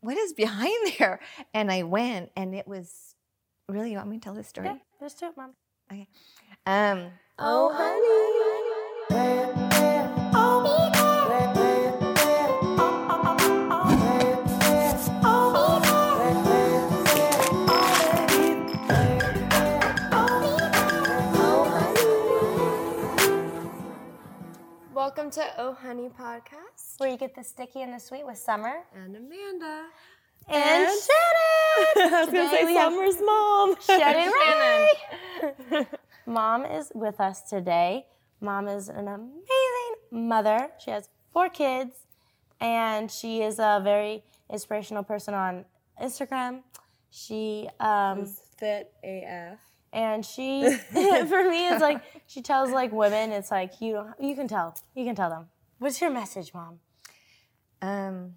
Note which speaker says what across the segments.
Speaker 1: what is behind there? And I went, and it was really. You want me to tell this story?
Speaker 2: Yeah, let's do it, mom.
Speaker 1: Um.
Speaker 2: Oh,
Speaker 3: Welcome to Oh Honey Podcast.
Speaker 2: Where you get the sticky and the sweet with summer.
Speaker 3: And Amanda.
Speaker 2: And, Shannon.
Speaker 4: I was gonna
Speaker 2: Today
Speaker 4: say
Speaker 2: we have
Speaker 4: Summer's mom.
Speaker 2: Shannon Ray. Mom is with us today. Mom is an amazing mother. She has four kids, and she is a very inspirational person on Instagram. She um,
Speaker 4: Fit AF.
Speaker 2: and she for me it's like she tells like women it's like you don't you can tell you can tell them what's your message mom
Speaker 1: Um,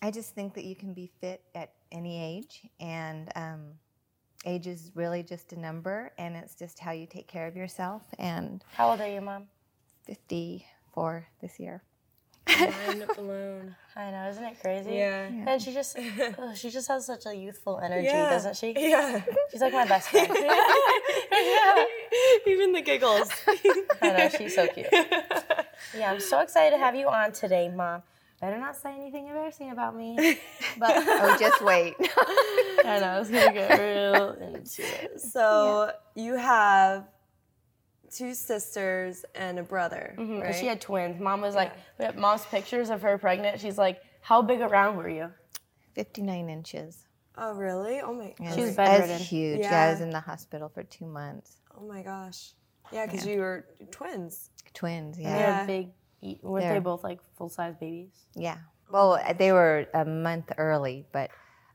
Speaker 1: I just think that you can be fit at any age, and um, age is really just a number, and it's just how you take care of yourself. And
Speaker 2: how old are you mom
Speaker 1: 54 this year.
Speaker 4: Mind blown.
Speaker 2: i know isn't it crazy
Speaker 4: Yeah.
Speaker 2: and she just oh, she just has such a youthful energy
Speaker 4: Yeah.
Speaker 2: doesn't she
Speaker 4: Yeah.
Speaker 2: she's like my best friend
Speaker 4: Even the giggles.
Speaker 2: i know she's so cute yeah i'm so excited to have you on today mom better not say anything embarrassing about me but
Speaker 1: Oh, just wait.
Speaker 2: i know it's gonna get real into it
Speaker 4: So you have two sisters and a brother,
Speaker 2: Mhm,
Speaker 4: right?
Speaker 2: She had twins. Mom was like, we have mom's pictures of her pregnant. She's like, how big around were you?
Speaker 1: 59 inches.
Speaker 4: oh really? Oh my.
Speaker 1: Yeah,
Speaker 2: She
Speaker 1: it's-
Speaker 2: was
Speaker 1: it's
Speaker 2: bedridden.
Speaker 1: huge. Yeah. I
Speaker 4: Yeah.
Speaker 1: was in the hospital for two months.
Speaker 4: Oh my gosh. Yeah, because you were twins.
Speaker 1: Twins,
Speaker 2: They
Speaker 1: yeah.
Speaker 4: Yeah.
Speaker 2: were big. Weren't they
Speaker 1: They're-
Speaker 2: both like full size babies?
Speaker 1: Yeah. Well, uh, they were a month early, but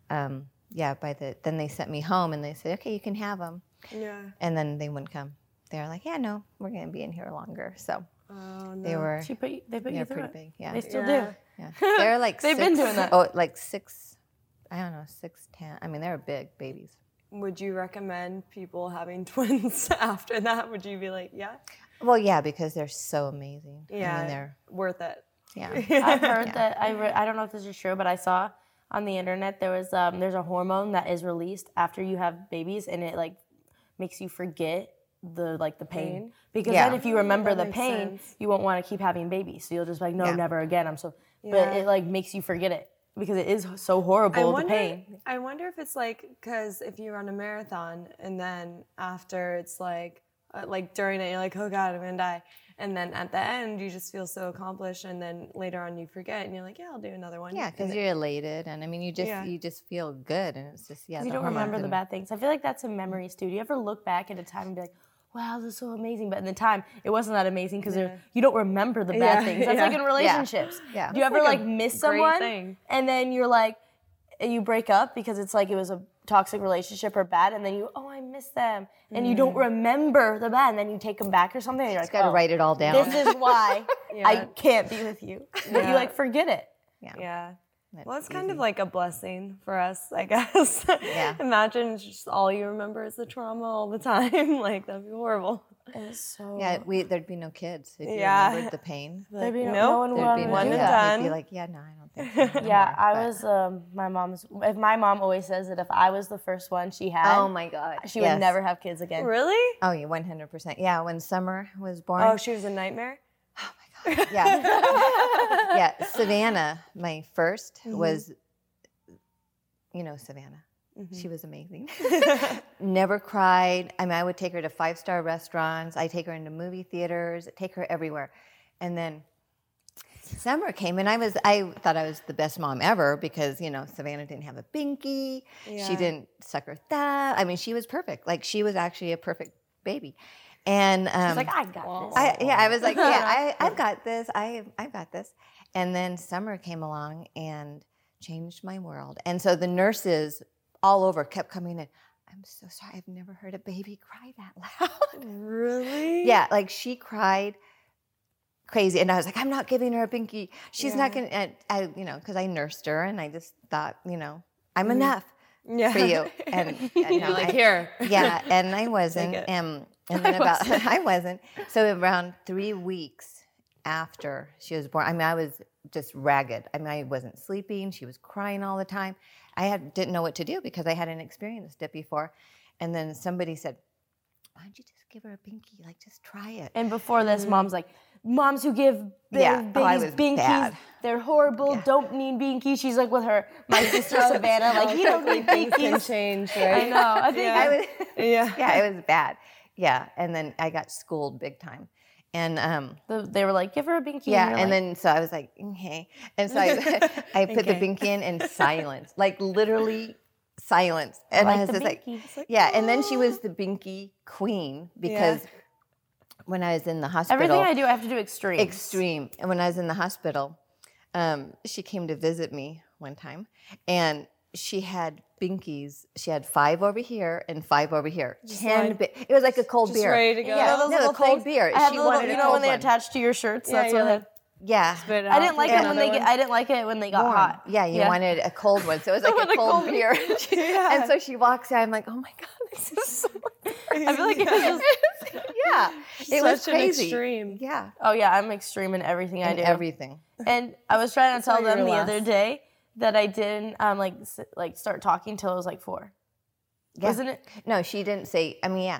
Speaker 1: um, yeah, by the then they sent me home and they said, okay, you can have them.
Speaker 4: Yeah.
Speaker 1: And then they wouldn't come. They were like, yeah, no, we're going to be in here longer. So
Speaker 4: Oh no.
Speaker 1: they were,
Speaker 2: She put you, they put
Speaker 1: they
Speaker 2: you
Speaker 1: were
Speaker 2: through
Speaker 1: pretty
Speaker 2: it.
Speaker 1: big. Yeah.
Speaker 2: They still
Speaker 4: Yeah.
Speaker 2: do.
Speaker 1: yeah. They were like
Speaker 2: They've
Speaker 1: six,
Speaker 2: been doing that.
Speaker 1: Oh, like six, I don't know, six, ten. I mean, they were big babies.
Speaker 4: Would you recommend people having twins after that? Would you be like, yeah,
Speaker 1: Well, yeah, because they're so amazing. I
Speaker 4: Yeah.
Speaker 1: mean, they're,
Speaker 4: worth it?
Speaker 1: yeah.
Speaker 2: I've heard that. I re- I don't know if this is true, but I saw on the internet there was um there's a hormone that is released after you have babies, and it like makes you forget the like the pain,
Speaker 4: Pain?
Speaker 2: because
Speaker 1: Yeah.
Speaker 2: then if you remember
Speaker 4: that
Speaker 2: the
Speaker 4: makes
Speaker 2: pain,
Speaker 4: sense.
Speaker 2: you won't want to keep having babies. So you'll just be like, no,
Speaker 1: Yeah.
Speaker 2: never again. I'm so.
Speaker 4: Yeah.
Speaker 2: But it like makes you forget it because it is so
Speaker 4: I
Speaker 2: horrible the
Speaker 4: wonder,
Speaker 2: pain.
Speaker 4: I wonder if it's like because if you run a marathon and then after it's like uh, like during it you're like oh god I'm gonna die and then at the end you just feel so accomplished and then later on you forget and you're like yeah I'll do another one
Speaker 1: Yeah, because
Speaker 4: And
Speaker 1: you're elated, and I mean, you just
Speaker 4: Yeah.
Speaker 1: you just feel good, and it's just yeah.
Speaker 2: you
Speaker 1: the
Speaker 2: don't
Speaker 1: hormones
Speaker 2: remember the
Speaker 1: and-
Speaker 2: bad things. I feel like that's in memories too. Do you ever look back at a time and be like, wow, this is so amazing? But in the time, it wasn't that amazing because you don't remember the bad
Speaker 4: Yeah,
Speaker 2: things. That's
Speaker 4: yeah.
Speaker 2: like in relationships.
Speaker 1: Yeah.
Speaker 2: Do you ever like, miss someone
Speaker 4: thing.
Speaker 2: and then you're like, and you break up because it's like it was a toxic relationship or bad, and then you, oh, I miss them. And you don't remember the bad, and then you take them back or something, and you're
Speaker 1: Just
Speaker 2: like,
Speaker 1: got to
Speaker 2: oh,
Speaker 1: write it all down.
Speaker 2: this is why I
Speaker 4: Yeah.
Speaker 2: can't be with you. But you
Speaker 4: Yeah.
Speaker 2: like forget it.
Speaker 4: yeah.
Speaker 1: That's
Speaker 4: Well, it's kind of
Speaker 1: easy.
Speaker 4: like a blessing for us, I guess.
Speaker 1: Yeah.
Speaker 4: Imagine just all you remember is the trauma all the time. like that'd be horrible.
Speaker 2: It's so.
Speaker 1: yeah. We there'd be no kids if you
Speaker 4: Yeah.
Speaker 1: remembered the pain.
Speaker 2: There'd be no,
Speaker 4: Nope.
Speaker 2: no one would
Speaker 1: There'd be
Speaker 2: want
Speaker 1: no,
Speaker 4: one
Speaker 2: to do
Speaker 4: and
Speaker 2: that.
Speaker 1: yeah, You'd be
Speaker 4: done.
Speaker 1: like, yeah, no, I don't think. So no
Speaker 2: Yeah,
Speaker 1: more,"
Speaker 2: I
Speaker 1: but-
Speaker 2: was um, my mom's. If my mom always says that if I was the first one she had,
Speaker 1: Oh my god.
Speaker 2: she
Speaker 1: yes.
Speaker 2: would never have kids again.
Speaker 4: Really?
Speaker 1: Oh yeah, one hundred percent. Yeah, when Summer was born.
Speaker 4: Oh, she was a nightmare.
Speaker 1: yeah, yeah. Savannah, my 1st was, you know, Savannah. She was amazing. Never cried. I mean, I would take her to five star restaurants. I take her into movie theaters. Take her everywhere, and then summer came and I was I thought I was the best mom ever because you know Savannah didn't have a binky. She
Speaker 4: Yeah.
Speaker 1: didn't suck her thumb. I mean, she was perfect. Like she was actually a perfect baby. And um,
Speaker 2: She's like, I got this.
Speaker 1: I, yeah, I was like, yeah, I, I've got this. I, I've got this. And then summer came along and changed my world. And so the nurses all over kept coming in. I'm so sorry. I've never heard a baby cry that loud.
Speaker 4: Really?
Speaker 1: yeah, like she cried crazy, and I was like, I'm not giving her a binky. She's not gonna. And I, you know, because I nursed her, and I just thought, you know, I'm enough
Speaker 4: Yeah.
Speaker 1: for you. And, and no, I-
Speaker 4: here.
Speaker 1: yeah, and I wasn't.
Speaker 4: it.
Speaker 1: Um, and then about I wasn't. So around three weeks after she was born, I mean, I was just ragged. I mean, I wasn't sleeping. She was crying all the time. I had, didn't know what to do because I hadn't experienced it before. And then somebody said, "Why don't you just give her a binky? Like, just try it."
Speaker 2: And before this, mom's like, moms who give ba-
Speaker 1: Mm-hmm. Yeah,
Speaker 2: babies
Speaker 1: oh, I was
Speaker 2: binkies,
Speaker 1: bad.
Speaker 2: they're horrible, don't need binkies. She's like with her, my sister Savannah, like, you don't need
Speaker 4: Things can
Speaker 2: binkies.
Speaker 4: change,
Speaker 2: I
Speaker 4: right?
Speaker 2: know. I think
Speaker 1: I
Speaker 2: I was,
Speaker 1: was,
Speaker 4: Yeah.
Speaker 1: yeah, it was bad. Yeah, and then I got schooled big time. And um,
Speaker 2: the, they were like, give her a binky.
Speaker 1: yeah,
Speaker 2: you're
Speaker 1: and
Speaker 2: like,
Speaker 1: then so I was like, okay. And so I, I put the
Speaker 4: Okay.
Speaker 1: binky in and silence, like literally silence. And I
Speaker 2: like
Speaker 1: was
Speaker 2: the
Speaker 1: just like,
Speaker 2: binkies.
Speaker 1: yeah. And then she was the binky queen because when I was in the hospital,
Speaker 2: Everything I do, I have to do extreme.
Speaker 1: extreme. And when I was in the hospital, um, she came to visit me one time, and she had binkies. She had five over here and five over here. Ten.
Speaker 4: like-
Speaker 1: bi- it was like a cold
Speaker 4: Just
Speaker 1: beer.
Speaker 4: ready to go.
Speaker 1: Yeah,
Speaker 2: Yeah, those
Speaker 1: no,
Speaker 2: little
Speaker 1: a cold
Speaker 2: things.
Speaker 1: beer.
Speaker 2: I had
Speaker 1: she
Speaker 2: the little,
Speaker 1: wanted
Speaker 2: you
Speaker 1: a
Speaker 2: know
Speaker 1: cold
Speaker 2: when they
Speaker 1: one.
Speaker 2: attach to your shirts.
Speaker 4: Yeah,
Speaker 2: that's
Speaker 4: you're
Speaker 2: what
Speaker 4: like,
Speaker 1: yeah.
Speaker 4: Spit
Speaker 2: I
Speaker 4: out
Speaker 2: didn't like it when
Speaker 4: another
Speaker 2: they
Speaker 4: one.
Speaker 2: get. I didn't like it when they got
Speaker 1: warm.
Speaker 2: hot.
Speaker 1: Yeah, you
Speaker 2: Yeah.
Speaker 1: wanted a cold one, so it was like
Speaker 2: wanted
Speaker 1: a
Speaker 2: a
Speaker 1: cold
Speaker 2: cold
Speaker 1: beer.
Speaker 4: Yeah.
Speaker 1: And so she walks out. I'm like, oh my god, this is so.
Speaker 2: I feel like it was just.
Speaker 1: yeah, it was
Speaker 4: Such
Speaker 1: crazy.
Speaker 4: an extreme.
Speaker 1: Yeah,
Speaker 2: Oh yeah, I'm extreme in everything I
Speaker 1: and
Speaker 2: do.
Speaker 1: everything.
Speaker 2: And I was trying to
Speaker 4: how
Speaker 2: tell
Speaker 4: you
Speaker 2: them the
Speaker 4: relax.
Speaker 2: other day that I didn't um like s- like start talking till I was like four.
Speaker 1: Yeah.
Speaker 2: Wasn't it?
Speaker 1: No, she didn't say. I mean, yeah,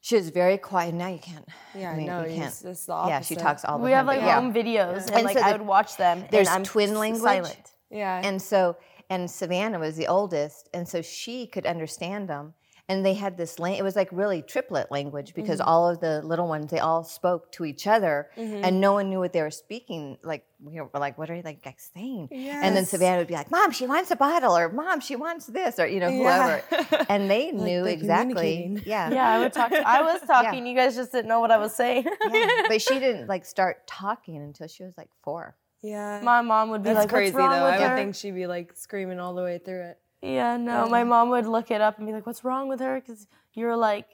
Speaker 1: she was very quiet. Now you can't.
Speaker 4: Yeah,
Speaker 1: I mean,
Speaker 4: no,
Speaker 1: you
Speaker 4: you
Speaker 1: can't.
Speaker 4: just- it's the
Speaker 1: Yeah, she
Speaker 4: opposite.
Speaker 1: talks all the
Speaker 2: We
Speaker 1: time.
Speaker 2: have
Speaker 1: but
Speaker 2: like
Speaker 1: yeah.
Speaker 2: home videos, and,
Speaker 1: And
Speaker 2: like
Speaker 1: so
Speaker 2: I
Speaker 1: the-
Speaker 2: would watch them.
Speaker 1: there's
Speaker 2: and I'm
Speaker 1: twin
Speaker 2: s-
Speaker 1: language.
Speaker 2: Silent.
Speaker 4: Yeah.
Speaker 1: And so, and Savannah was the oldest, and so she could understand them. And they had this, lang- it was like really triplet language because
Speaker 4: Mm-hmm.
Speaker 1: all of the little ones, they all spoke to each other
Speaker 4: Mm-hmm.
Speaker 1: and no one knew what they were speaking. Like, we were like, what are they like saying? And then
Speaker 4: Yes.
Speaker 1: Savannah would be like, Mom, she wants a bottle, or Mom, she wants this, or, you know,
Speaker 4: Yeah.
Speaker 1: whoever. And they knew
Speaker 4: they're
Speaker 1: exactly.
Speaker 4: communicating.
Speaker 1: Yeah.
Speaker 2: Yeah, I would talk. To, I was talking. You guys just didn't know what I was saying.
Speaker 1: yeah. But she didn't like start talking until she was like four.
Speaker 4: yeah.
Speaker 2: My mom would be
Speaker 4: That's
Speaker 2: like,
Speaker 4: crazy
Speaker 2: "What's wrong
Speaker 4: though.
Speaker 2: with
Speaker 4: I
Speaker 2: her?"
Speaker 4: would think she'd be like screaming all the way through it.
Speaker 2: Yeah, no. My mom would look it up and be like, "What's wrong with her?" Because you're like,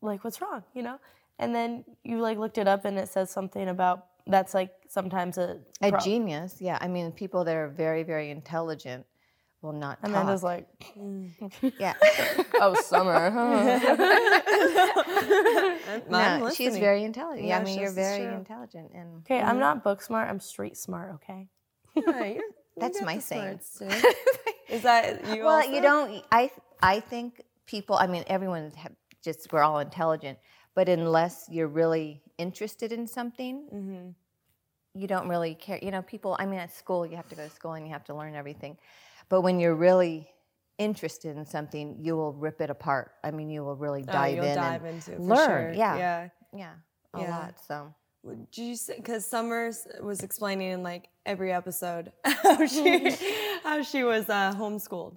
Speaker 2: like, "What's wrong?" You know. And then you like looked it up and it says something about that's like sometimes a,
Speaker 1: A
Speaker 2: prob-
Speaker 1: genius. Yeah. I mean, people that are very, very intelligent will not talk.
Speaker 2: Amanda's like,
Speaker 1: Yeah.
Speaker 2: "Oh, summer." huh?"
Speaker 4: And I'm
Speaker 1: no, she's
Speaker 4: listening.
Speaker 1: very intelligent. Yeah, I
Speaker 4: Yeah,
Speaker 1: mean,
Speaker 4: she
Speaker 1: you're
Speaker 4: is, it's
Speaker 1: very
Speaker 4: true.
Speaker 1: intelligent, and
Speaker 2: okay, I'm not book smart. I'm street smart. Okay.
Speaker 4: Yeah, you're- you
Speaker 1: That's
Speaker 4: got
Speaker 1: my
Speaker 4: the
Speaker 1: saying.
Speaker 4: smarts, dude. Is that you?
Speaker 1: well,
Speaker 4: also?
Speaker 1: you don't. I I think people. I mean, everyone have, just we're all intelligent, but unless you're really interested in something,
Speaker 4: Mm-hmm.
Speaker 1: you don't really care. You know, people. I mean, at school, you have to go to school and you have to learn everything, but when you're really interested in something, you will rip it apart. I mean, you will really
Speaker 4: Oh,
Speaker 1: dive
Speaker 4: you'll
Speaker 1: in.
Speaker 4: dive
Speaker 1: and,
Speaker 4: into it for
Speaker 1: learn,
Speaker 4: sure.
Speaker 1: yeah.
Speaker 4: Yeah.
Speaker 1: yeah, a
Speaker 4: Yeah.
Speaker 1: lot. So.
Speaker 4: Would- Did you because Summer s- was explaining in like every episode how she how she was uh, homeschooled,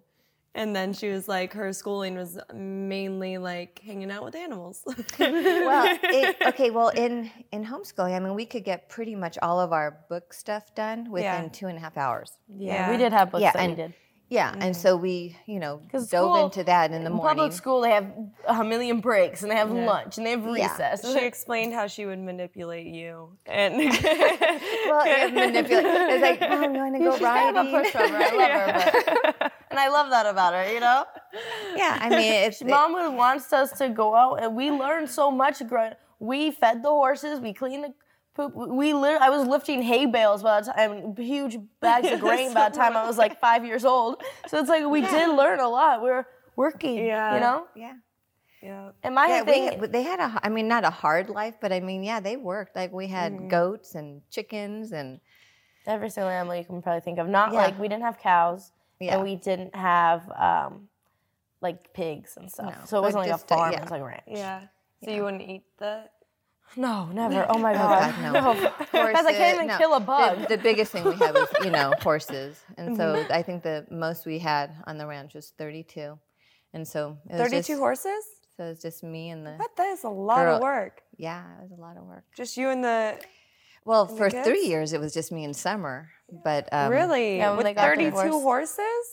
Speaker 4: and then she was like her schooling was mainly like hanging out with animals.
Speaker 1: well, it, okay. Well, in in homeschooling, I mean, we could get pretty much all of our book stuff done within
Speaker 4: Yeah.
Speaker 1: two and a half hours.
Speaker 2: Yeah, we
Speaker 4: Yeah.
Speaker 2: did have books
Speaker 1: Yeah,
Speaker 2: that we
Speaker 1: and-
Speaker 2: did.
Speaker 1: Yeah, and so we, you know,
Speaker 2: Mm. 'Cause
Speaker 1: dove
Speaker 2: school-
Speaker 1: into that in the
Speaker 2: In
Speaker 1: morning.
Speaker 2: public school, they have a million breaks and they have lunch and they have recess.
Speaker 4: she explained how she would manipulate you and
Speaker 1: well, it manipulate. It's like, mom, you want to go
Speaker 2: She's kind of a
Speaker 1: riding?
Speaker 2: pushover. I love her, but, and I love that about her. You know.
Speaker 1: yeah, I mean, it's
Speaker 2: Mom would wants us to go out, and we learned so much. Growing, we fed the horses, we cleaned the poop. We lit- I was lifting hay bales by the time, huge bags of grain by the time I was like five years old. So it's like we did learn a lot. We were working,
Speaker 4: Yeah.
Speaker 2: you know.
Speaker 1: yeah.
Speaker 4: yeah.
Speaker 2: And my
Speaker 1: Yeah, we
Speaker 2: thing,
Speaker 1: had, but they had a, h- I mean, not a hard life, but I mean, yeah, they worked. Like we had
Speaker 2: Mm.
Speaker 1: goats and chickens, and
Speaker 2: every single animal you can probably think of. Not
Speaker 1: Yeah.
Speaker 2: like we didn't have cows,
Speaker 1: Yeah.
Speaker 2: and we didn't have um, like pigs and stuff.
Speaker 1: No,
Speaker 2: So
Speaker 1: but
Speaker 2: it wasn't like a
Speaker 1: just a-
Speaker 2: farm;
Speaker 1: yeah.
Speaker 2: it was like a ranch.
Speaker 4: Yeah. So you wouldn't eat the
Speaker 2: No, never. Oh my
Speaker 1: oh
Speaker 2: god,
Speaker 1: god, no, horses.
Speaker 2: Guys, I can't even
Speaker 1: no.
Speaker 2: kill a
Speaker 1: The-
Speaker 2: bug.
Speaker 1: The, biggest thing we had was, you know, horses, and so I think the most we had on the ranch was 32, and so it was just,
Speaker 4: thirty-two horses.
Speaker 1: So it's just me and the
Speaker 4: But that is a lot
Speaker 1: Girl.
Speaker 4: of work.
Speaker 1: yeah, it was a lot of work.
Speaker 4: Just you and the
Speaker 1: Well, for three
Speaker 4: kids?
Speaker 1: years it was just me and Summer, but um,
Speaker 4: really
Speaker 2: yeah, when
Speaker 4: with
Speaker 2: they got
Speaker 4: thirty-two
Speaker 2: divorced.
Speaker 4: horses.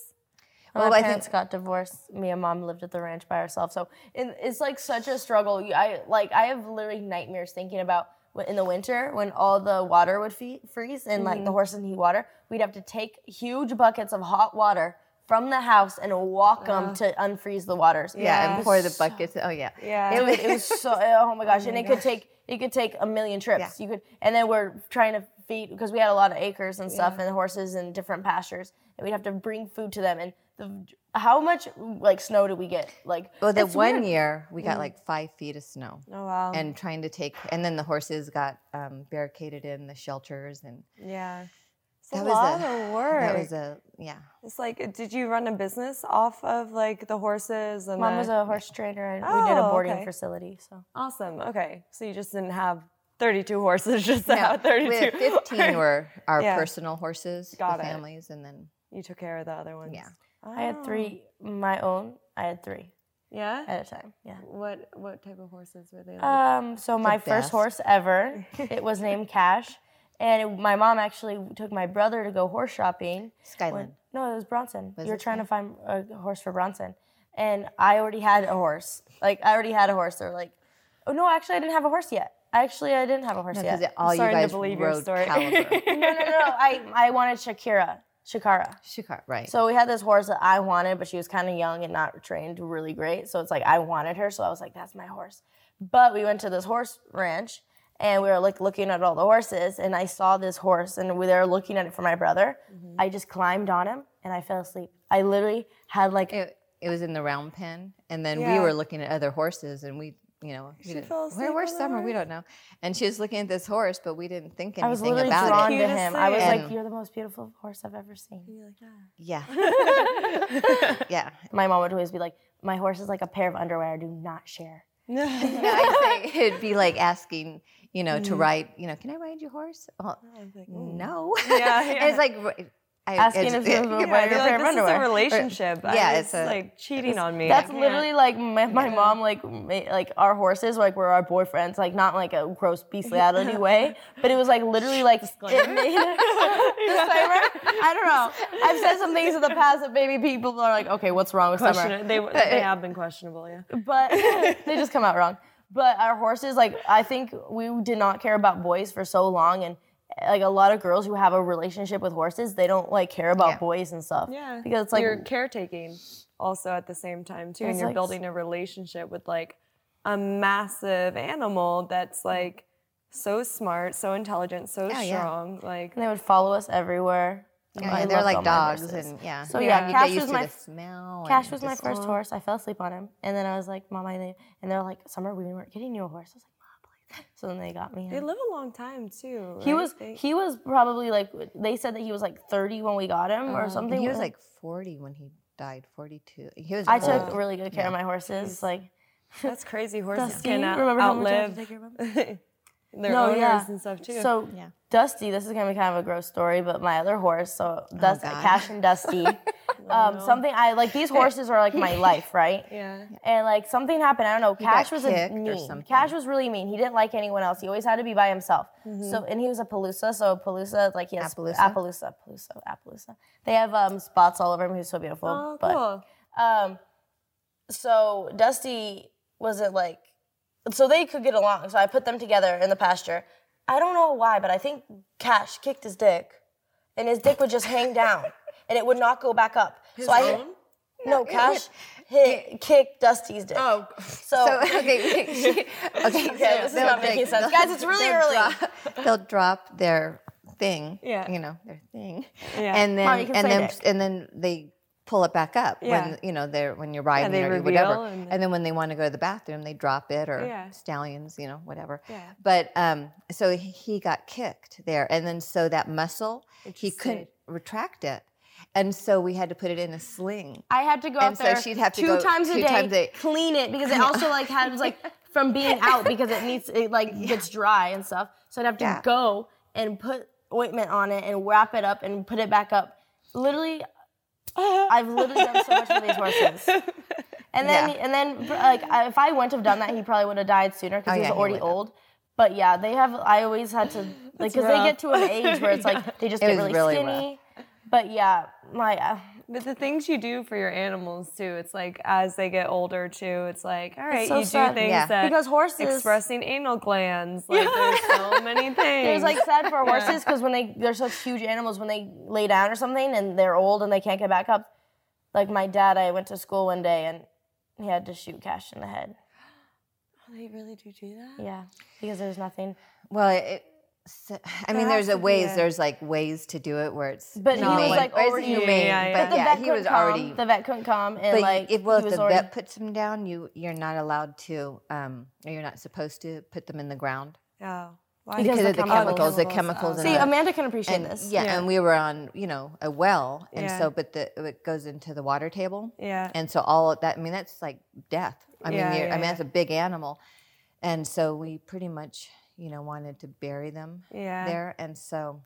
Speaker 2: When
Speaker 1: Well,
Speaker 2: my
Speaker 1: I think-
Speaker 2: parents got divorced. Me and mom lived at the ranch by ourselves, so it, it's like such a struggle. You- I like I have literally nightmares thinking about when- in the winter when all the water would fe- freeze and like
Speaker 1: Mm-hmm.
Speaker 2: the horses need water. We'd have to take huge buckets of hot water from the house and walk them to unfreeze the waters.
Speaker 1: yeah,
Speaker 4: Yeah.
Speaker 1: and pour the buckets. Oh yeah,
Speaker 4: Yeah.
Speaker 1: It
Speaker 2: Dude,
Speaker 1: was,
Speaker 2: it was so oh my gosh, and it could take you could take a million trips. You could, and then we're trying to feed because we had a lot of acres and stuff and horses and different pastures, and we'd have to bring food to them. And the, how much like snow did we get? Like
Speaker 1: Well, the
Speaker 2: it's
Speaker 1: one
Speaker 2: weird.
Speaker 1: year we got like five feet of snow,
Speaker 4: Oh wow.
Speaker 1: and trying to take, and then the horses got um, barricaded in the shelters, and
Speaker 4: yeah. It's
Speaker 1: That
Speaker 4: a
Speaker 1: was
Speaker 4: lot
Speaker 1: a-
Speaker 4: of work.
Speaker 1: that was a yeah.
Speaker 4: it's like, uh, did you run a business off of like the horses and
Speaker 2: Mom
Speaker 4: the-
Speaker 2: was a horse trainer, and we did a
Speaker 4: Oh,
Speaker 2: boarding
Speaker 4: okay.
Speaker 2: facility. So
Speaker 4: awesome? Okay, so you just didn't have 32 horses, just
Speaker 1: No,
Speaker 4: out 32.
Speaker 1: we had 15 were our
Speaker 4: Yeah.
Speaker 1: personal horses,
Speaker 4: Got
Speaker 1: for
Speaker 4: it.
Speaker 1: families, and then
Speaker 4: you took care of the other ones.
Speaker 1: Yeah.
Speaker 2: I had
Speaker 4: Oh.
Speaker 2: three my own. I had three
Speaker 4: Yeah.
Speaker 1: Uh,
Speaker 2: at a time. Yeah.
Speaker 4: What what type of horses were they? Like?
Speaker 2: Um, so my
Speaker 1: best.
Speaker 2: first horse ever, it was named Cash, and it, my mom actually took my brother to go horse shopping.
Speaker 1: Skyland.
Speaker 2: No, it was Bronson.
Speaker 1: Was
Speaker 2: you
Speaker 1: it
Speaker 2: were trying to find a horse for Bronson, and I already had a horse. Like I already had a horse. They're like, oh no, actually I didn't have a horse yet. Actually, I didn't have a horse
Speaker 1: No,
Speaker 2: yet.
Speaker 1: because all you
Speaker 4: starting to
Speaker 1: guys
Speaker 4: believe your
Speaker 1: rode
Speaker 4: story.
Speaker 1: Caliber,
Speaker 2: no, no, no, no. I I wanted Shakira, Shakara.
Speaker 1: Shikar, right?
Speaker 2: So we had this horse that I wanted, but she was kind of young and not trained really great. So it's like I wanted her, so I was like, that's my horse. But we went to this horse ranch and we were like looking at all the horses, and I saw this horse and we were looking at it for my brother. I just climbed on him and I fell asleep. I literally had like
Speaker 1: it, it was in the round pen, and then we
Speaker 4: Yeah.
Speaker 1: were looking at other horses, and we. You know, we
Speaker 4: She
Speaker 1: didn't- where
Speaker 4: fell asleep
Speaker 1: were
Speaker 4: on the
Speaker 1: Summer? We
Speaker 4: horse?
Speaker 1: don't know. And she was looking at this horse, but we didn't think anything
Speaker 2: I was literally
Speaker 1: about
Speaker 2: drawn
Speaker 1: it.
Speaker 2: to
Speaker 4: Cutest
Speaker 2: him. I was
Speaker 1: thing.
Speaker 2: like, you're the most beautiful horse I've ever seen.
Speaker 4: You're like, "Ah."
Speaker 1: Yeah, yeah.
Speaker 2: My mom would always be like, my horse is like a pair of underwear. Do not share.
Speaker 1: No, I'd say it'd be like asking, you know,
Speaker 4: Mm.
Speaker 1: to ride. You know, can I ride your horse? Well,
Speaker 4: I was like, "Ooh."
Speaker 1: no.
Speaker 4: Mm. Yeah,
Speaker 1: And it's like r- I,
Speaker 2: Asking
Speaker 1: it's-
Speaker 2: if he was
Speaker 1: yeah,
Speaker 2: a
Speaker 4: Yeah, I'd be
Speaker 2: Your
Speaker 4: like,
Speaker 2: pair of
Speaker 4: this
Speaker 2: underwear.
Speaker 4: is a
Speaker 2: Or-
Speaker 4: relationship.
Speaker 1: yeah,
Speaker 4: Yeah,
Speaker 1: it's
Speaker 4: it's,
Speaker 1: a-
Speaker 4: like cheating on me.
Speaker 2: That's
Speaker 4: I can't.
Speaker 2: literally like my, my mom, like ma- like our horses, like were our boyfriends, like not in, like a gross bestiality way, but it was like literally like it made disclaimer. I don't know. I've said some things in the past that maybe people are like, okay, what's wrong with Summer?
Speaker 4: Question- They, they have been questionable, yeah.
Speaker 2: But they just come out wrong. But our horses, like I think we did not care about boys for so long, and like a lot of girls who have a relationship with horses, they don't like care about
Speaker 1: Yeah.
Speaker 2: boys and stuff.
Speaker 4: Yeah.
Speaker 2: because it's like
Speaker 4: you're caretaking also at the same time too.
Speaker 2: It's
Speaker 4: And you're
Speaker 2: like-
Speaker 4: building a relationship with like a massive animal that's like so smart, so intelligent, so
Speaker 1: yeah.
Speaker 4: strong. Like
Speaker 2: they would follow us everywhere.
Speaker 1: Yeah,
Speaker 2: I
Speaker 1: yeah, they're
Speaker 2: loved all
Speaker 1: like
Speaker 2: my
Speaker 1: dogs,
Speaker 2: horses.
Speaker 1: and yeah.
Speaker 2: So yeah,
Speaker 4: Yeah.
Speaker 1: you
Speaker 2: Cash
Speaker 1: get used
Speaker 2: was
Speaker 1: to
Speaker 2: my
Speaker 1: the smell.
Speaker 2: Cash
Speaker 1: and
Speaker 2: was my
Speaker 1: just-
Speaker 2: first horse. I fell asleep on him, and then I was like, "Mom, I need-" and they're like, "Summer, we weren't getting you a horse." I was like, "Mom, please." So then they got me.
Speaker 4: they
Speaker 2: Him.
Speaker 4: live a long time too.
Speaker 2: He
Speaker 4: right?
Speaker 2: was
Speaker 4: They-
Speaker 2: he was probably like they said that he was like 30 when we got him or
Speaker 1: And
Speaker 2: something.
Speaker 1: Uh-huh. He was like 40 when he died. 42. He was.
Speaker 2: uh, I
Speaker 1: old.
Speaker 2: took really good care of my horses. Like
Speaker 4: that's crazy. Horses
Speaker 2: Dusty,
Speaker 4: can out-
Speaker 2: remember how much I had
Speaker 4: outlive
Speaker 2: to take care of
Speaker 4: their
Speaker 2: No,
Speaker 4: owners
Speaker 2: yeah.
Speaker 4: and stuff too.
Speaker 2: so
Speaker 1: Yeah.
Speaker 2: Dusty, this is gonna be kind of a gross story, but my other horse, so Dust,
Speaker 1: Oh, God. Oh,
Speaker 2: Cash and Dusty, um, something I like. These horses are like my life, right?
Speaker 4: yeah.
Speaker 2: and like something happened. I don't know.
Speaker 1: got
Speaker 2: Cash was a
Speaker 1: kicked or
Speaker 2: mean.
Speaker 1: something. Mm-hmm.
Speaker 2: Cash was really mean. He didn't like anyone else. He always had to be by himself. So and he was a Paloosa. So Paloosa, like he has
Speaker 1: Appaloosa?
Speaker 2: Appaloosa, Paloosa, Appaloosa. They have um, spots all over him. He was so beautiful.
Speaker 4: Oh,
Speaker 2: but
Speaker 4: cool.
Speaker 2: um, so Dusty wasn't like, so they could get along. So I put them together in the pasture. I don't know why, but I think Cash kicked his dick, and his dick would just hang down, and it would not go back up. so I, no, Cash hit kicked Dusty's dick.
Speaker 4: Oh,
Speaker 2: so,
Speaker 1: So okay, wait, she, okay, so
Speaker 2: Okay, this is
Speaker 1: they'll,
Speaker 2: not making
Speaker 1: like,
Speaker 2: sense.
Speaker 1: they'll-
Speaker 2: Guys, it's really
Speaker 1: they'll
Speaker 2: early.
Speaker 1: drop- they'll drop their thing.
Speaker 4: Yeah.
Speaker 1: You know their thing.
Speaker 4: Yeah.
Speaker 1: And then
Speaker 2: Mom, you can
Speaker 1: and
Speaker 2: say
Speaker 1: then
Speaker 2: dick.
Speaker 1: and then they pull it back up
Speaker 4: Yeah.
Speaker 1: when you know they're when you're riding
Speaker 4: they
Speaker 1: or you- whatever.
Speaker 4: reveal
Speaker 1: And,
Speaker 4: and-
Speaker 1: then when they want to go to the bathroom, they drop it or
Speaker 4: Yeah.
Speaker 1: stallions, you know, whatever.
Speaker 4: Yeah.
Speaker 1: But um, so he got kicked there, and then so that muscle he couldn't retract it, and so we had to put it in a sling.
Speaker 2: I had to go out
Speaker 1: And so
Speaker 2: there
Speaker 1: she'd have to
Speaker 2: two
Speaker 1: go
Speaker 2: times a
Speaker 1: two
Speaker 2: day,
Speaker 1: times a-
Speaker 2: clean it because it also like has like from being out because it needs it like gets dry and stuff. So I'd have to
Speaker 1: Yeah.
Speaker 2: go and put ointment on it and wrap it up and put it back up. Literally, I've literally done so much for these horses. And then
Speaker 1: Yeah.
Speaker 2: and then like I- if I wouldn't have done that, he probably would have died sooner because
Speaker 1: Oh,
Speaker 2: he was
Speaker 1: yeah, he
Speaker 2: already
Speaker 1: would have.
Speaker 2: old. But yeah, they have. I always had to like because they
Speaker 4: rough.
Speaker 2: get to an age where it's like they just
Speaker 1: It
Speaker 2: get
Speaker 1: was
Speaker 2: really,
Speaker 1: really rough.
Speaker 2: skinny. But yeah, my. Uh,
Speaker 4: But the things you do for your animals too, it's like as they get older too, it's like, all right,
Speaker 2: so
Speaker 4: you
Speaker 2: sad.
Speaker 4: do things
Speaker 1: Yeah.
Speaker 4: that
Speaker 2: Because horses-
Speaker 4: expressing anal glands. Like there's so many things.
Speaker 2: It was like sad for horses because when they they're such huge animals when they lay down or something and they're old and they can't get back up. Like my dad, I went to school one day and he had to shoot Cash in the head.
Speaker 4: They really do do that.
Speaker 2: Yeah, because there's nothing.
Speaker 1: Well, it, so, I mean,
Speaker 4: There has
Speaker 1: there's a
Speaker 4: to be
Speaker 1: ways.
Speaker 4: a-
Speaker 1: There's like ways to do it where it's
Speaker 2: But he was,
Speaker 1: humane.
Speaker 2: like,
Speaker 1: or it's
Speaker 2: already-
Speaker 1: humane,
Speaker 4: Yeah, yeah,
Speaker 1: but,
Speaker 4: yeah.
Speaker 2: the
Speaker 1: yeah,
Speaker 2: vet
Speaker 1: he
Speaker 2: couldn't
Speaker 1: was
Speaker 2: come.
Speaker 1: already.
Speaker 2: The vet couldn't come, and
Speaker 1: but
Speaker 2: like
Speaker 1: if well,
Speaker 2: he
Speaker 1: if
Speaker 2: was
Speaker 1: the
Speaker 2: already.
Speaker 1: vet puts them down, you you're not allowed to, um, or you're not supposed to put them in the ground
Speaker 4: Yeah. Why?
Speaker 2: Because
Speaker 1: because
Speaker 2: the
Speaker 1: of the
Speaker 2: chemicals.
Speaker 1: chemicals. The
Speaker 4: Chemicals,
Speaker 1: chemicals.
Speaker 4: oh.
Speaker 1: in
Speaker 2: See,
Speaker 1: the-
Speaker 2: Amanda can appreciate
Speaker 1: and,
Speaker 2: this.
Speaker 1: Yeah,
Speaker 4: Yeah.
Speaker 1: and we were on you know a well, and
Speaker 4: Yeah.
Speaker 1: so but the it goes into the water table.
Speaker 4: yeah.
Speaker 1: And so all of that, I mean, that's like death. I mean,
Speaker 4: Yeah,
Speaker 1: you're,
Speaker 4: yeah,
Speaker 1: I mean,
Speaker 4: yeah.
Speaker 1: that's a big animal. And so we pretty much, you know, wanted to bury them
Speaker 4: Yeah.
Speaker 1: there. And so,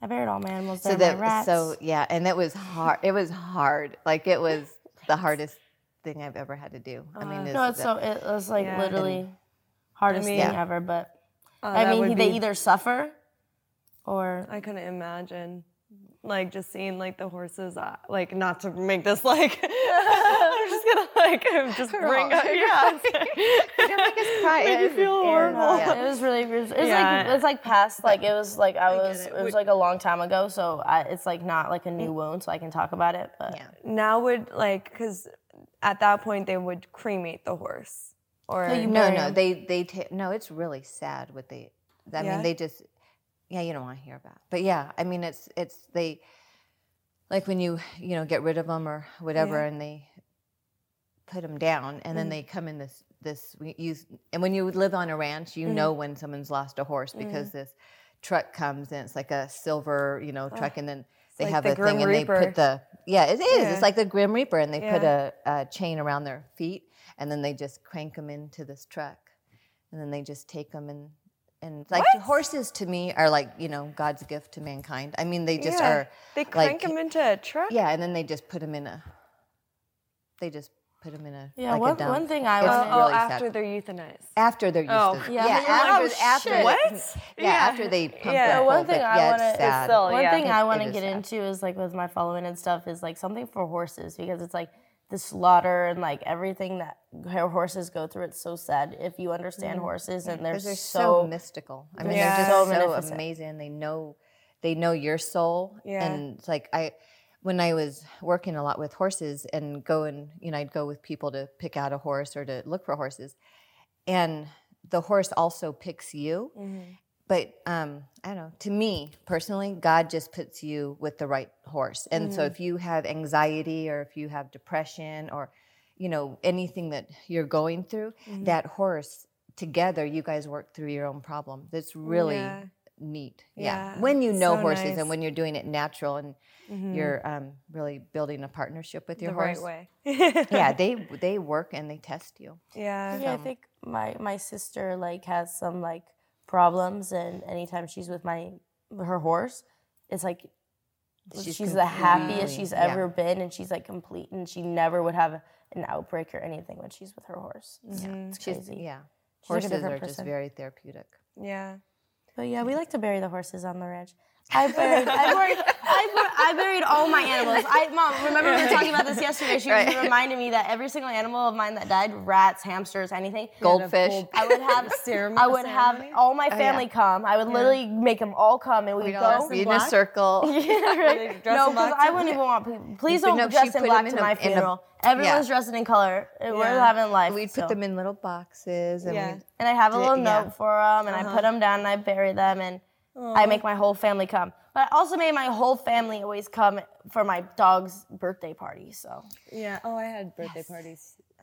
Speaker 2: I buried all my animals
Speaker 1: so
Speaker 2: there.
Speaker 1: that,
Speaker 2: my rats.
Speaker 1: so yeah. And it was hard. It was hard. Like it was the hardest thing I've ever had to do. I mean,
Speaker 4: Uh,
Speaker 1: is
Speaker 2: no, it's
Speaker 1: the-
Speaker 2: so it was like
Speaker 4: Yeah.
Speaker 2: literally hardest
Speaker 4: mean-
Speaker 2: thing ever. But
Speaker 4: Oh,
Speaker 2: I
Speaker 4: that
Speaker 2: mean,
Speaker 4: would
Speaker 2: he- they
Speaker 4: be-
Speaker 2: either suffer or
Speaker 4: I couldn't imagine, like just seeing like the horses. Uh, like not to make this like. I'm just gonna like just bring
Speaker 1: all-
Speaker 4: up. Yeah.
Speaker 1: You're gonna make us cry.
Speaker 4: Make you
Speaker 1: It-
Speaker 4: feel
Speaker 1: it-
Speaker 4: horrible.
Speaker 1: yeah.
Speaker 2: it was really it was like
Speaker 4: Yeah.
Speaker 2: it was like past like it was like I
Speaker 4: get
Speaker 2: was
Speaker 4: it.
Speaker 2: it was
Speaker 4: Would-
Speaker 2: like a long time ago so I, it's like not like a new wound so I can talk about it but
Speaker 1: Yeah.
Speaker 4: now would like because at that point they would cremate the horse or
Speaker 2: So you
Speaker 1: No,
Speaker 2: bury
Speaker 1: no,
Speaker 2: 'em.
Speaker 1: they they ta- no. It's really sad what they. I
Speaker 4: Yeah?
Speaker 1: mean, they just. Yeah, you don't want to hear about. But yeah, I mean, it's it's they. Like when you you know get rid of them or whatever,
Speaker 4: Yeah.
Speaker 1: and they put them down, and then
Speaker 4: Mm.
Speaker 1: they come in this this we use and when you live on a ranch,
Speaker 4: Mm.
Speaker 1: you know when someone's lost a horse because this truck comes and it's like a silver you know truck, and then they
Speaker 4: like
Speaker 1: have
Speaker 4: the
Speaker 1: a thing
Speaker 4: Grim
Speaker 1: and they
Speaker 4: Reaper.
Speaker 1: put the yeah it is
Speaker 4: Yeah.
Speaker 1: it's like the Grim Reaper, and they put
Speaker 4: Yeah.
Speaker 1: a, a chain around their feet, and then they just crank them into this truck and then they just take them and and like horses to me are like you know God's gift to mankind. I mean they just
Speaker 4: Yeah.
Speaker 1: are
Speaker 4: they crank
Speaker 1: like-
Speaker 4: him into a truck.
Speaker 1: yeah, and then they just put them in a they just put them in a
Speaker 2: yeah
Speaker 1: like a
Speaker 2: one,
Speaker 1: dump.
Speaker 2: one thing I
Speaker 1: It's
Speaker 4: Oh,
Speaker 2: wanted
Speaker 4: oh,
Speaker 1: really sad.
Speaker 4: after they're euthanized.
Speaker 1: after they're used
Speaker 4: Oh.
Speaker 1: to
Speaker 2: Yeah.
Speaker 1: yeah
Speaker 2: You're like,
Speaker 1: after
Speaker 4: oh,
Speaker 1: after
Speaker 4: shit.
Speaker 1: they-
Speaker 4: What?
Speaker 1: yeah,
Speaker 4: Yeah.
Speaker 1: after they pump
Speaker 4: Yeah.
Speaker 1: that
Speaker 4: So
Speaker 2: But
Speaker 1: whole
Speaker 2: one
Speaker 1: bit,
Speaker 2: thing I
Speaker 1: yeah,
Speaker 2: want
Speaker 1: it's sad.
Speaker 2: to
Speaker 4: still-
Speaker 2: one
Speaker 4: yeah.
Speaker 2: thing I
Speaker 1: It-
Speaker 2: want
Speaker 1: it
Speaker 2: to
Speaker 1: is
Speaker 2: get
Speaker 1: sad.
Speaker 2: into is like with my following and stuff is like something for horses because it's like the slaughter and like everything that ho- horses go through. It's so sad if you understand horses and they're,
Speaker 1: Mm-hmm. because they're so,
Speaker 2: so,
Speaker 1: mystical. I mean,
Speaker 4: Yeah.
Speaker 1: they're
Speaker 2: so
Speaker 1: just so,
Speaker 2: magnificent.
Speaker 1: amazing. They know, they know your soul,
Speaker 4: Yeah.
Speaker 1: and it's like I, when I was working a lot with horses and go and you know I'd go with people to pick out a horse or to look for horses, and the horse also picks you.
Speaker 4: Mm-hmm.
Speaker 1: But um, I don't know. To me personally, God just puts you with the right horse. And so if you have anxiety or if you have depression or you know anything that you're going through,
Speaker 4: Mm.
Speaker 1: that horse together you guys work through your own problem. That's really
Speaker 4: Yeah.
Speaker 1: neat. Yeah.
Speaker 4: Yeah,
Speaker 1: When you know
Speaker 4: so
Speaker 1: horses
Speaker 4: nice.
Speaker 1: and when you're doing it natural and
Speaker 4: Mhm.
Speaker 1: you're um, really building a partnership with your
Speaker 4: the
Speaker 1: horse.
Speaker 4: right way.
Speaker 1: yeah, they they work and they test you.
Speaker 4: Yeah.
Speaker 2: Yeah, I think my my sister like has some like problems, and anytime she's with my her horse, it's like she's,
Speaker 1: She's
Speaker 2: the happiest
Speaker 1: completely-
Speaker 2: she's
Speaker 1: yeah.
Speaker 2: ever been, and she's like complete, and she never would have an outbreak or anything when she's with her horse. It's, it's
Speaker 1: Mm-hmm. She's-
Speaker 2: crazy.
Speaker 1: yeah.
Speaker 2: like a
Speaker 1: Horses
Speaker 2: different
Speaker 1: are just
Speaker 2: person.
Speaker 1: very therapeutic.
Speaker 4: Yeah.
Speaker 2: But yeah, we like to bury the horses on the ranch. I buried, I buried, I bur- I buried all my animals. I, Mom, remember we were talking about this yesterday? She was reminding me that every single animal of mine that died, rats, hamsters, anything,
Speaker 1: Goldfish.
Speaker 2: I would have
Speaker 4: Ceremony. Oh,
Speaker 2: I would have all my family come. I would literally make them all come, and we would
Speaker 1: We
Speaker 2: go.
Speaker 1: all be in a circle.
Speaker 2: Yeah, right.
Speaker 4: They dress
Speaker 2: No,
Speaker 4: in
Speaker 2: because
Speaker 4: black
Speaker 2: I
Speaker 4: too?
Speaker 2: wouldn't even want people. Please
Speaker 1: But
Speaker 2: don't
Speaker 1: no, she
Speaker 2: dress
Speaker 1: put
Speaker 2: in
Speaker 1: 'em
Speaker 2: black
Speaker 1: in
Speaker 2: to
Speaker 1: a-
Speaker 2: my
Speaker 1: in a-
Speaker 2: funeroal. Everyone's dressed in color. We're
Speaker 4: Yeah.
Speaker 2: having life.
Speaker 1: We'd
Speaker 2: so.
Speaker 1: put them in little boxes and
Speaker 4: Yeah.
Speaker 1: we'd
Speaker 2: And I have a
Speaker 1: Yeah,
Speaker 2: little
Speaker 1: yeah. Uh-huh.
Speaker 2: note for them, and I put them down, and I bury them, and I make my whole family come. But I also made my whole family always come for my dog's birthday party. So
Speaker 4: Yeah. Oh, I had birthday parties uh,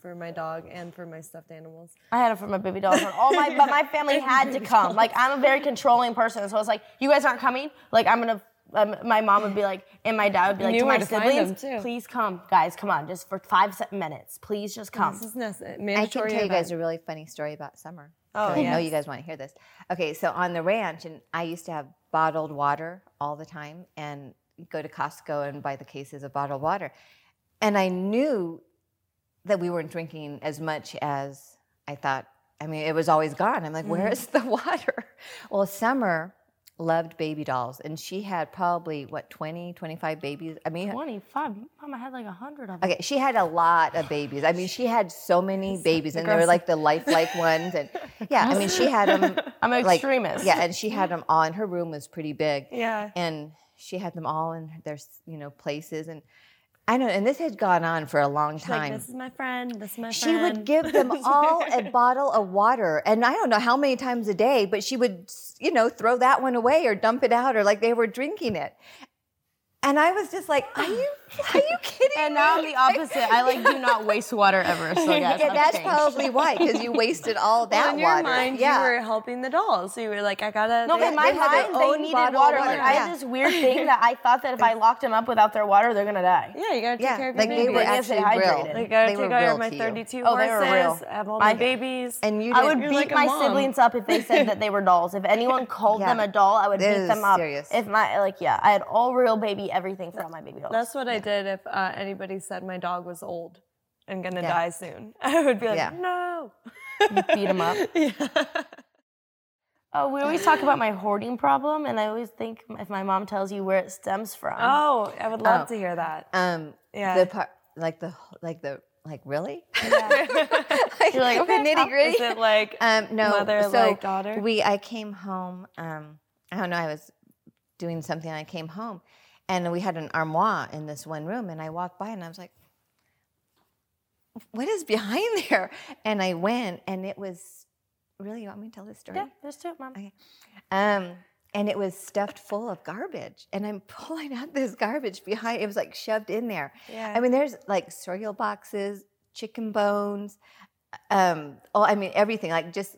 Speaker 4: for my dog and for my stuffed animals.
Speaker 2: I had it for my baby dolls. and All my but my family had to come. Like I'm a very controlling person, so it's like you guys aren't coming. Like I'm gonna. Um, my mom would be like, and my dad would be like,
Speaker 4: knew
Speaker 2: to my
Speaker 4: where to find them,
Speaker 2: siblings,
Speaker 4: too.
Speaker 2: please come, guys, come on, just for five se- minutes, please just come.
Speaker 4: This is necessary.
Speaker 1: I can
Speaker 4: Mandatory
Speaker 1: tell you guys
Speaker 4: event.
Speaker 1: a really funny story about summer.
Speaker 4: Oh,
Speaker 1: so I know
Speaker 4: yes.
Speaker 1: you guys want to hear this. Okay, so on the ranch, and I used to have bottled water all the time, and go to Costco and buy the cases of bottled water, and I knew that we weren't drinking as much as I thought. I mean, it was always gone. I'm like,
Speaker 4: Mm-hmm.
Speaker 1: "Where is the water? Well, summer loved baby dolls, and she had probably what 20, 25 babies. I mean,
Speaker 2: Twenty-five, mom, I had like a hundred of them.
Speaker 1: Okay, she had a lot of babies. I mean, she had so many babies, and they were like the lifelike ones. And yeah, I mean, she had them.
Speaker 2: I'm an
Speaker 1: Like,
Speaker 2: extremist.
Speaker 1: Yeah, and she had them all, and her room was pretty big.
Speaker 4: Yeah.
Speaker 1: And she had them all in their, s- you know, places. And I know, and this had gone on for a long
Speaker 4: She's
Speaker 1: time.
Speaker 4: like, this is my friend. This is my
Speaker 1: she
Speaker 4: friend.
Speaker 1: would give them all a bottle of water, and I don't know how many times a day, but she would, you know, throw that one away or dump it out, or like they were drinking it. And I was just like, "Are you? Are you kidding?"
Speaker 2: And now I'm
Speaker 1: me?
Speaker 2: the opposite. I like do not waste water ever. So yes,
Speaker 1: Yeah,
Speaker 2: I've
Speaker 1: that's
Speaker 2: changed.
Speaker 1: probably why, because you wasted all that
Speaker 4: well, in your
Speaker 1: water.
Speaker 4: mind,
Speaker 1: yeah.
Speaker 4: you were helping the dolls. So you were like, I gotta.
Speaker 2: No,
Speaker 4: they-
Speaker 2: in my
Speaker 1: had their
Speaker 2: mind, they
Speaker 1: own
Speaker 2: needed
Speaker 1: bottle of
Speaker 2: water.
Speaker 1: water,
Speaker 2: Like, I
Speaker 1: yeah.
Speaker 2: had this weird thing that I thought that if I locked them up without their water, they're gonna die.
Speaker 4: yeah, you gotta take
Speaker 1: yeah,
Speaker 4: care of
Speaker 1: like
Speaker 4: your
Speaker 1: they
Speaker 4: babies.
Speaker 1: were
Speaker 2: baby. Yes,
Speaker 1: actually
Speaker 2: they
Speaker 1: real.
Speaker 2: hydrated.
Speaker 4: Like, I gotta
Speaker 1: they were
Speaker 4: take care
Speaker 1: real
Speaker 4: of my
Speaker 1: to you.
Speaker 4: 32
Speaker 2: Oh, they were
Speaker 4: horses.
Speaker 2: real.
Speaker 4: I have all my
Speaker 2: My-
Speaker 4: babies.
Speaker 1: And you
Speaker 2: I
Speaker 1: didn't-
Speaker 2: would
Speaker 4: You're
Speaker 2: beat
Speaker 4: like a
Speaker 2: my
Speaker 4: mom.
Speaker 2: siblings up if they said that they were dolls. If anyone called
Speaker 1: Yeah.
Speaker 2: them a doll, I would
Speaker 1: This
Speaker 2: beat
Speaker 1: is
Speaker 2: them up.
Speaker 1: serious.
Speaker 2: If my like yeah, I had all real baby everything for all my baby dolls.
Speaker 4: That's what I did if uh, anybody said my dog was old and gonna
Speaker 1: Yeah.
Speaker 4: die soon. I would be like,
Speaker 1: Yeah.
Speaker 4: no.
Speaker 2: beat them up. Oh, we always talk about my hoarding problem, and I always think if my mom tells you where it stems from.
Speaker 4: Oh, I would love
Speaker 1: Oh.
Speaker 4: to hear that.
Speaker 1: um,
Speaker 4: Yeah.
Speaker 1: the part, like the, like the, like really?
Speaker 2: You're like, okay,
Speaker 1: the nitty
Speaker 4: Is
Speaker 1: gritty.
Speaker 4: it like
Speaker 1: Um, no,
Speaker 4: mother
Speaker 1: so
Speaker 4: like daughter?
Speaker 1: we, I came home. Um, I don't know. I was doing something. I came home, and we had an armoire in this one room. And I walked by, and I was like, "What is behind there?" And I went, and it was really. You want me to tell this story?
Speaker 2: yeah, there's two, mom.
Speaker 1: Um, and it was stuffed full of garbage. And I'm pulling out this garbage behind. It was like shoved in there.
Speaker 4: yeah.
Speaker 1: I mean, there's like cereal boxes, chicken bones, um, oh, I mean, everything, like just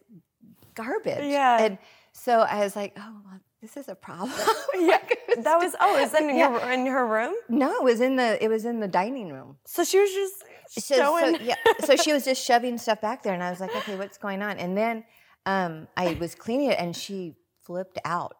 Speaker 1: garbage.
Speaker 4: Yeah.
Speaker 1: And so I was like, oh, well, this is a problem.
Speaker 4: yeah. That was oh, is that in
Speaker 1: Yeah.
Speaker 4: your in her room?
Speaker 1: no, it was in the it was in the dining room.
Speaker 4: So she was just
Speaker 1: So, so
Speaker 4: showing.
Speaker 1: yeah, so she was just shoving stuff back there, and I was like, okay, what's going on? And then um, I was cleaning it, and she flipped out.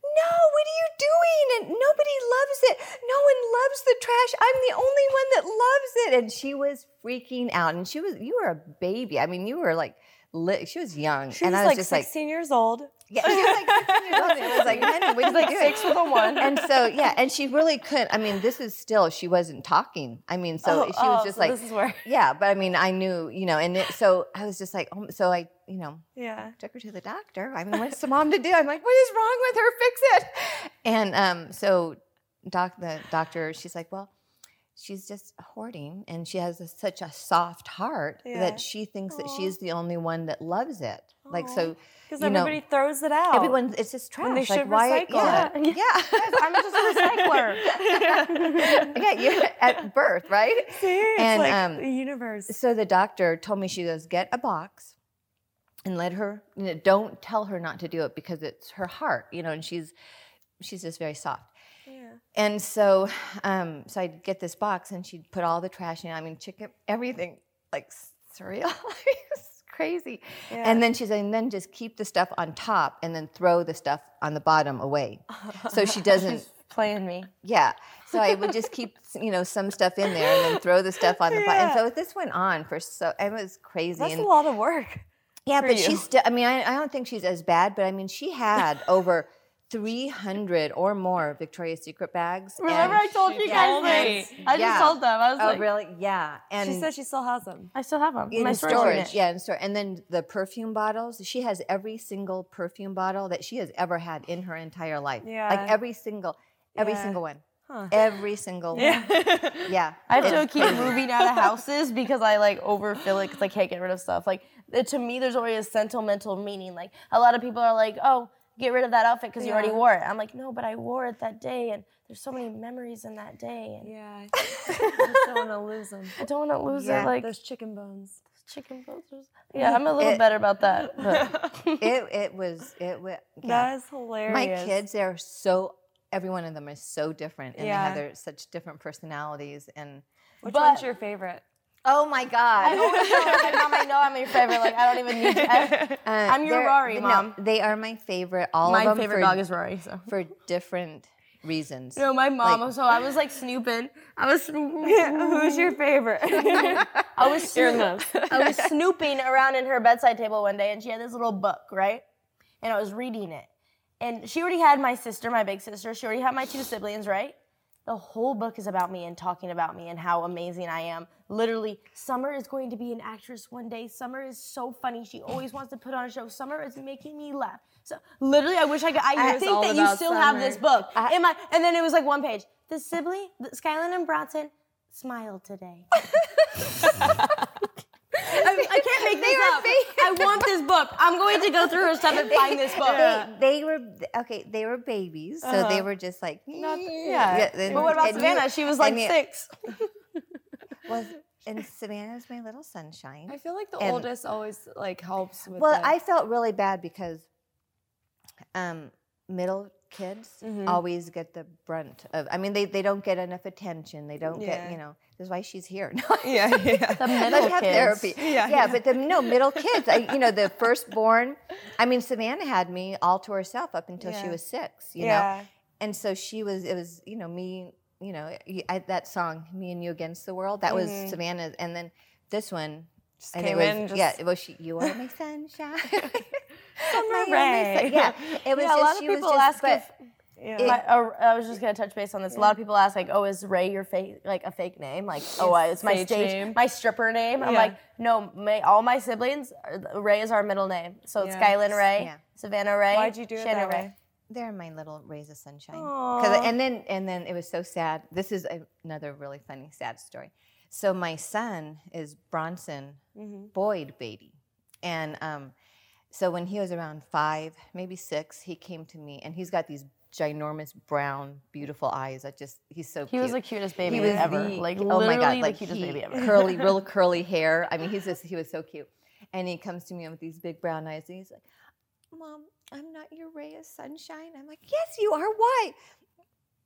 Speaker 1: No, what are you doing? And nobody loves it. No one loves the trash. I'm the only one that loves it. And she was freaking out. And she was, you were a baby. I mean, you were like, li- she was young.
Speaker 4: she was
Speaker 1: and I was
Speaker 4: like
Speaker 1: just like,
Speaker 4: 16 years old.
Speaker 1: yeah, she was like six years old. It was like, honey, what are you
Speaker 2: like
Speaker 1: doing?
Speaker 2: six with a one.
Speaker 1: And so, yeah, and she really couldn't. I mean, this is still, she wasn't talking. I mean, so
Speaker 4: Oh,
Speaker 1: she
Speaker 4: oh,
Speaker 1: was just
Speaker 4: so
Speaker 1: like,
Speaker 4: this is where.
Speaker 1: yeah, but I mean, I knew, you know, and it, so I was just like, oh, so I, you know,
Speaker 4: Yeah.
Speaker 1: took her to the doctor. I mean, what's the mom to do? I'm like, what is wrong with her? Fix it. And um, so, doc, the doctor, she's like, well, she's just hoarding, and she has a, such a soft heart
Speaker 4: Yeah.
Speaker 1: that she thinks that
Speaker 4: Aw.
Speaker 1: she's the only one that loves it. Like
Speaker 4: Aw.
Speaker 1: so,
Speaker 4: Because
Speaker 1: You know,
Speaker 4: everybody throws it out.
Speaker 1: everyone, it's just trash.
Speaker 4: And they
Speaker 1: like,
Speaker 4: should
Speaker 1: why?
Speaker 4: recycle
Speaker 1: Yeah,
Speaker 2: it.
Speaker 1: yeah,
Speaker 2: I'm just a recycler.
Speaker 1: yeah. You at birth, right?
Speaker 4: See, it's
Speaker 1: And,
Speaker 4: like
Speaker 1: um,
Speaker 4: the universe.
Speaker 1: So the doctor told me she goes get a box and let her you know, don't tell her not to do it because it's her heart, you know, and she's she's just very soft.
Speaker 4: Yeah.
Speaker 1: And so um so I'd get this box and she'd put all the trash in, I mean chicken everything like cereal. it's crazy. And then she's and then just keep the stuff on top and then throw the stuff on the bottom away. So she doesn't
Speaker 2: Playing me.
Speaker 1: yeah. So I would just keep, you know, some stuff in there and then throw the stuff on the bottom.
Speaker 4: Yeah.
Speaker 1: And so this went on for so it was crazy.
Speaker 4: That's
Speaker 1: and
Speaker 4: a lot of work.
Speaker 1: yeah,
Speaker 4: for
Speaker 1: but
Speaker 4: you.
Speaker 1: she's still. I mean, I, I don't think she's as bad, but I mean, she had over three hundred or more Victoria's Secret bags.
Speaker 2: Remember, I
Speaker 1: and-
Speaker 2: told you
Speaker 1: yeah,
Speaker 2: guys this.
Speaker 1: and-
Speaker 2: I
Speaker 1: yeah.
Speaker 2: just told them. I was
Speaker 1: Oh,
Speaker 2: like,
Speaker 1: really? Yeah, and
Speaker 4: she says she still has them.
Speaker 2: I still have them.
Speaker 1: in
Speaker 2: my storage,
Speaker 1: storage,
Speaker 2: unit.
Speaker 1: yeah, in store. And then the perfume bottles. She has every single perfume bottle that she has ever had in her entire life.
Speaker 4: Yeah.
Speaker 1: like every single, every
Speaker 4: Yeah.
Speaker 1: single one,
Speaker 4: Huh.
Speaker 1: every single one. Yeah,
Speaker 2: I
Speaker 1: It's
Speaker 2: have to keep moving out of houses because I like overfill it because I can't get rid of stuff. Like it, to me, there's already a sentimental meaning. Like a lot of people are like, "Oh, get rid of that outfit because you already
Speaker 4: Yeah.
Speaker 2: wore it." I'm like, "No, but I wore it that day, and there's so many memories in that day, and
Speaker 4: Yeah. I just don't want to lose them.
Speaker 2: I don't want to lose
Speaker 1: Yeah,
Speaker 2: it." Like
Speaker 4: Those chicken bones.
Speaker 2: chicken bones. Yeah, I'm a little
Speaker 1: It-
Speaker 2: better about that. But
Speaker 1: it it was it was
Speaker 4: That is hilarious.
Speaker 1: my kids they're so every one of them is so different and they
Speaker 4: Yeah.
Speaker 1: have their such different personalities and
Speaker 4: Which
Speaker 2: But-
Speaker 4: one's your favorite?
Speaker 1: oh my god
Speaker 2: I always tell my mom, I know I'm your favorite. Like I don't even need. To, I,
Speaker 1: Uh,
Speaker 2: I'm your Rory, Mom.
Speaker 1: they are my favorite all
Speaker 2: my
Speaker 1: of them
Speaker 2: favorite
Speaker 1: for,
Speaker 2: dog is Rory. So.
Speaker 1: for different reasons
Speaker 2: No, my mom.
Speaker 1: Like-
Speaker 2: so I was like snooping. I was
Speaker 4: Who's your favorite?
Speaker 2: I was snooping. I was snooping around in her bedside table one day, and she had this little book, right? And I was reading it, and she already had my sister, my big sister. She already had my two siblings, right? The whole book is about me and talking about me and how amazing I am. Literally, Summer is going to be an actress one day. Summer is so funny. She always wants to put on a show. Summer is making me laugh. So literally, I wish I could. I,
Speaker 4: It's
Speaker 2: think
Speaker 4: all
Speaker 2: that you
Speaker 4: about
Speaker 2: still have
Speaker 4: Summer.
Speaker 2: this book. Am I? And then it was like one page. The sibling, the, Skyland and Bronson smiled today.
Speaker 5: I, I can't make this up. I want this book. I'm going to go through her stuff and find this book.
Speaker 2: uh,
Speaker 1: They were okay. They were babies, so
Speaker 2: Uh-huh.
Speaker 1: they were just like
Speaker 5: yeah.
Speaker 1: and-
Speaker 5: But what about
Speaker 1: and you-
Speaker 5: Savannah? She was like
Speaker 1: and you-
Speaker 5: six.
Speaker 1: Was, and Savannah's my little sunshine.
Speaker 4: I feel like the
Speaker 1: And-
Speaker 4: oldest always like helps with.
Speaker 1: Well,
Speaker 4: the-
Speaker 1: I felt really bad because um, middle kids always get the brunt of. I mean, they, they don't get enough attention. They don't
Speaker 4: Yeah.
Speaker 1: get you know. That's why she's here.
Speaker 4: yeah, yeah.
Speaker 2: The middle
Speaker 1: Let's have
Speaker 2: kids.
Speaker 1: therapy. Yeah, but the no middle kids. I, you know, the firstborn. I mean, Savannah had me all to herself up until she
Speaker 4: Yeah.
Speaker 1: was six. You know,
Speaker 4: yeah.
Speaker 1: and so she was it was you know me you know y I that song me and you against the world that was savannah and then this one
Speaker 4: Just
Speaker 1: and
Speaker 4: came
Speaker 1: it was,
Speaker 4: in. Just,
Speaker 1: yeah it was she, you are my sunshine My only
Speaker 2: ray.
Speaker 1: sun- yeah it was
Speaker 5: Yeah,
Speaker 1: just
Speaker 5: a lot of
Speaker 1: she was
Speaker 5: people
Speaker 1: just-
Speaker 5: ask
Speaker 1: but
Speaker 5: if
Speaker 4: yeah.
Speaker 1: it-
Speaker 2: My- uh, I was just gonna touch base on this. A lot of people ask, like, "Oh, is Ray your fake, like a fake name? Like, oh, I, it's my
Speaker 4: stage
Speaker 2: stage,
Speaker 4: name.
Speaker 2: my stripper name." I'm
Speaker 4: Yeah.
Speaker 2: like, "No, my, all my siblings, are, Ray is our middle name. So it's
Speaker 4: Yeah.
Speaker 2: Skylin Ray,
Speaker 1: Yeah.
Speaker 2: Savannah Ray,
Speaker 4: Why'd you do it
Speaker 2: Shannon
Speaker 4: that way?
Speaker 1: they're my little rays of sunshine 'Cause- and then and then it was so sad this is a- another really funny sad story so my son is bronson
Speaker 5: Mm-hmm.
Speaker 1: boyd beatty and um, so when he was around five maybe six he came to me and he's got these ginormous brown beautiful eyes that just he's so
Speaker 2: He
Speaker 1: cute
Speaker 2: was the cutest baby
Speaker 1: he was
Speaker 2: ever.
Speaker 1: the-
Speaker 2: like,
Speaker 1: oh my god,
Speaker 2: literally
Speaker 1: like
Speaker 2: the cutest
Speaker 1: he-
Speaker 2: baby ever.
Speaker 1: curly, real curly hair. I mean, he's just he was so cute, and he comes to me with these big brown eyes, and he's like, "Mom, I'm not your ray of sunshine." I'm like, "Yes, you are. Why?"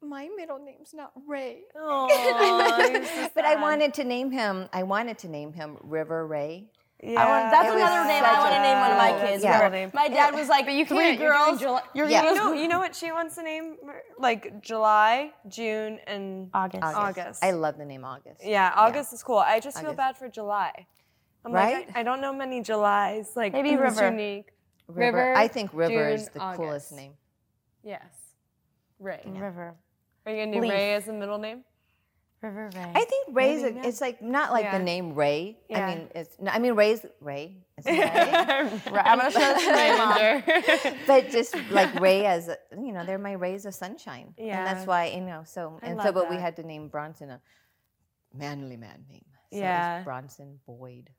Speaker 1: My middle name's not Ray, but I wanted to name him. I wanted to name him River Ray.
Speaker 4: Yeah.
Speaker 2: I want, that's
Speaker 1: It was
Speaker 2: another name I
Speaker 1: such
Speaker 2: want to
Speaker 1: a-
Speaker 2: name one of my
Speaker 4: Oh,
Speaker 1: Yeah.
Speaker 2: kids.
Speaker 1: Yeah.
Speaker 2: Remember, My dad was like, you 3 girls. You're
Speaker 1: Yeah.
Speaker 2: gonna
Speaker 4: No, you know what she wants to name? her? Like July, June, and
Speaker 2: August.
Speaker 4: August.
Speaker 1: I love the name August.
Speaker 4: yeah, August is cool. I just feel
Speaker 1: August.
Speaker 4: bad for July. I'm
Speaker 1: Right?
Speaker 4: like, I, I don't know many Julys. Like
Speaker 2: Maybe
Speaker 4: who's
Speaker 2: River.
Speaker 4: unique.
Speaker 1: River.
Speaker 4: River,
Speaker 1: I think River is
Speaker 4: June,
Speaker 1: the coolest
Speaker 4: August.
Speaker 1: name.
Speaker 4: Yes. Ray.
Speaker 2: River.
Speaker 4: Are you gonna do
Speaker 2: Leaf.
Speaker 4: Ray as the middle name?
Speaker 2: River Ray.
Speaker 1: I think Ray's. A, it's like not like
Speaker 4: Yeah.
Speaker 1: the name Ray.
Speaker 4: Yeah.
Speaker 1: I mean, it's. no, I mean Ray's Ray. It's Ray.
Speaker 2: Right, I'm gonna show this to my mom.
Speaker 1: but just like Ray as a- you know, they're my rays of sunshine. And
Speaker 4: Yeah.
Speaker 1: that's why, you know, so and so
Speaker 4: love
Speaker 1: but we
Speaker 4: that.
Speaker 1: had to name Bronson a manly man name. So it was
Speaker 4: Yeah.
Speaker 1: Bronson Boyd.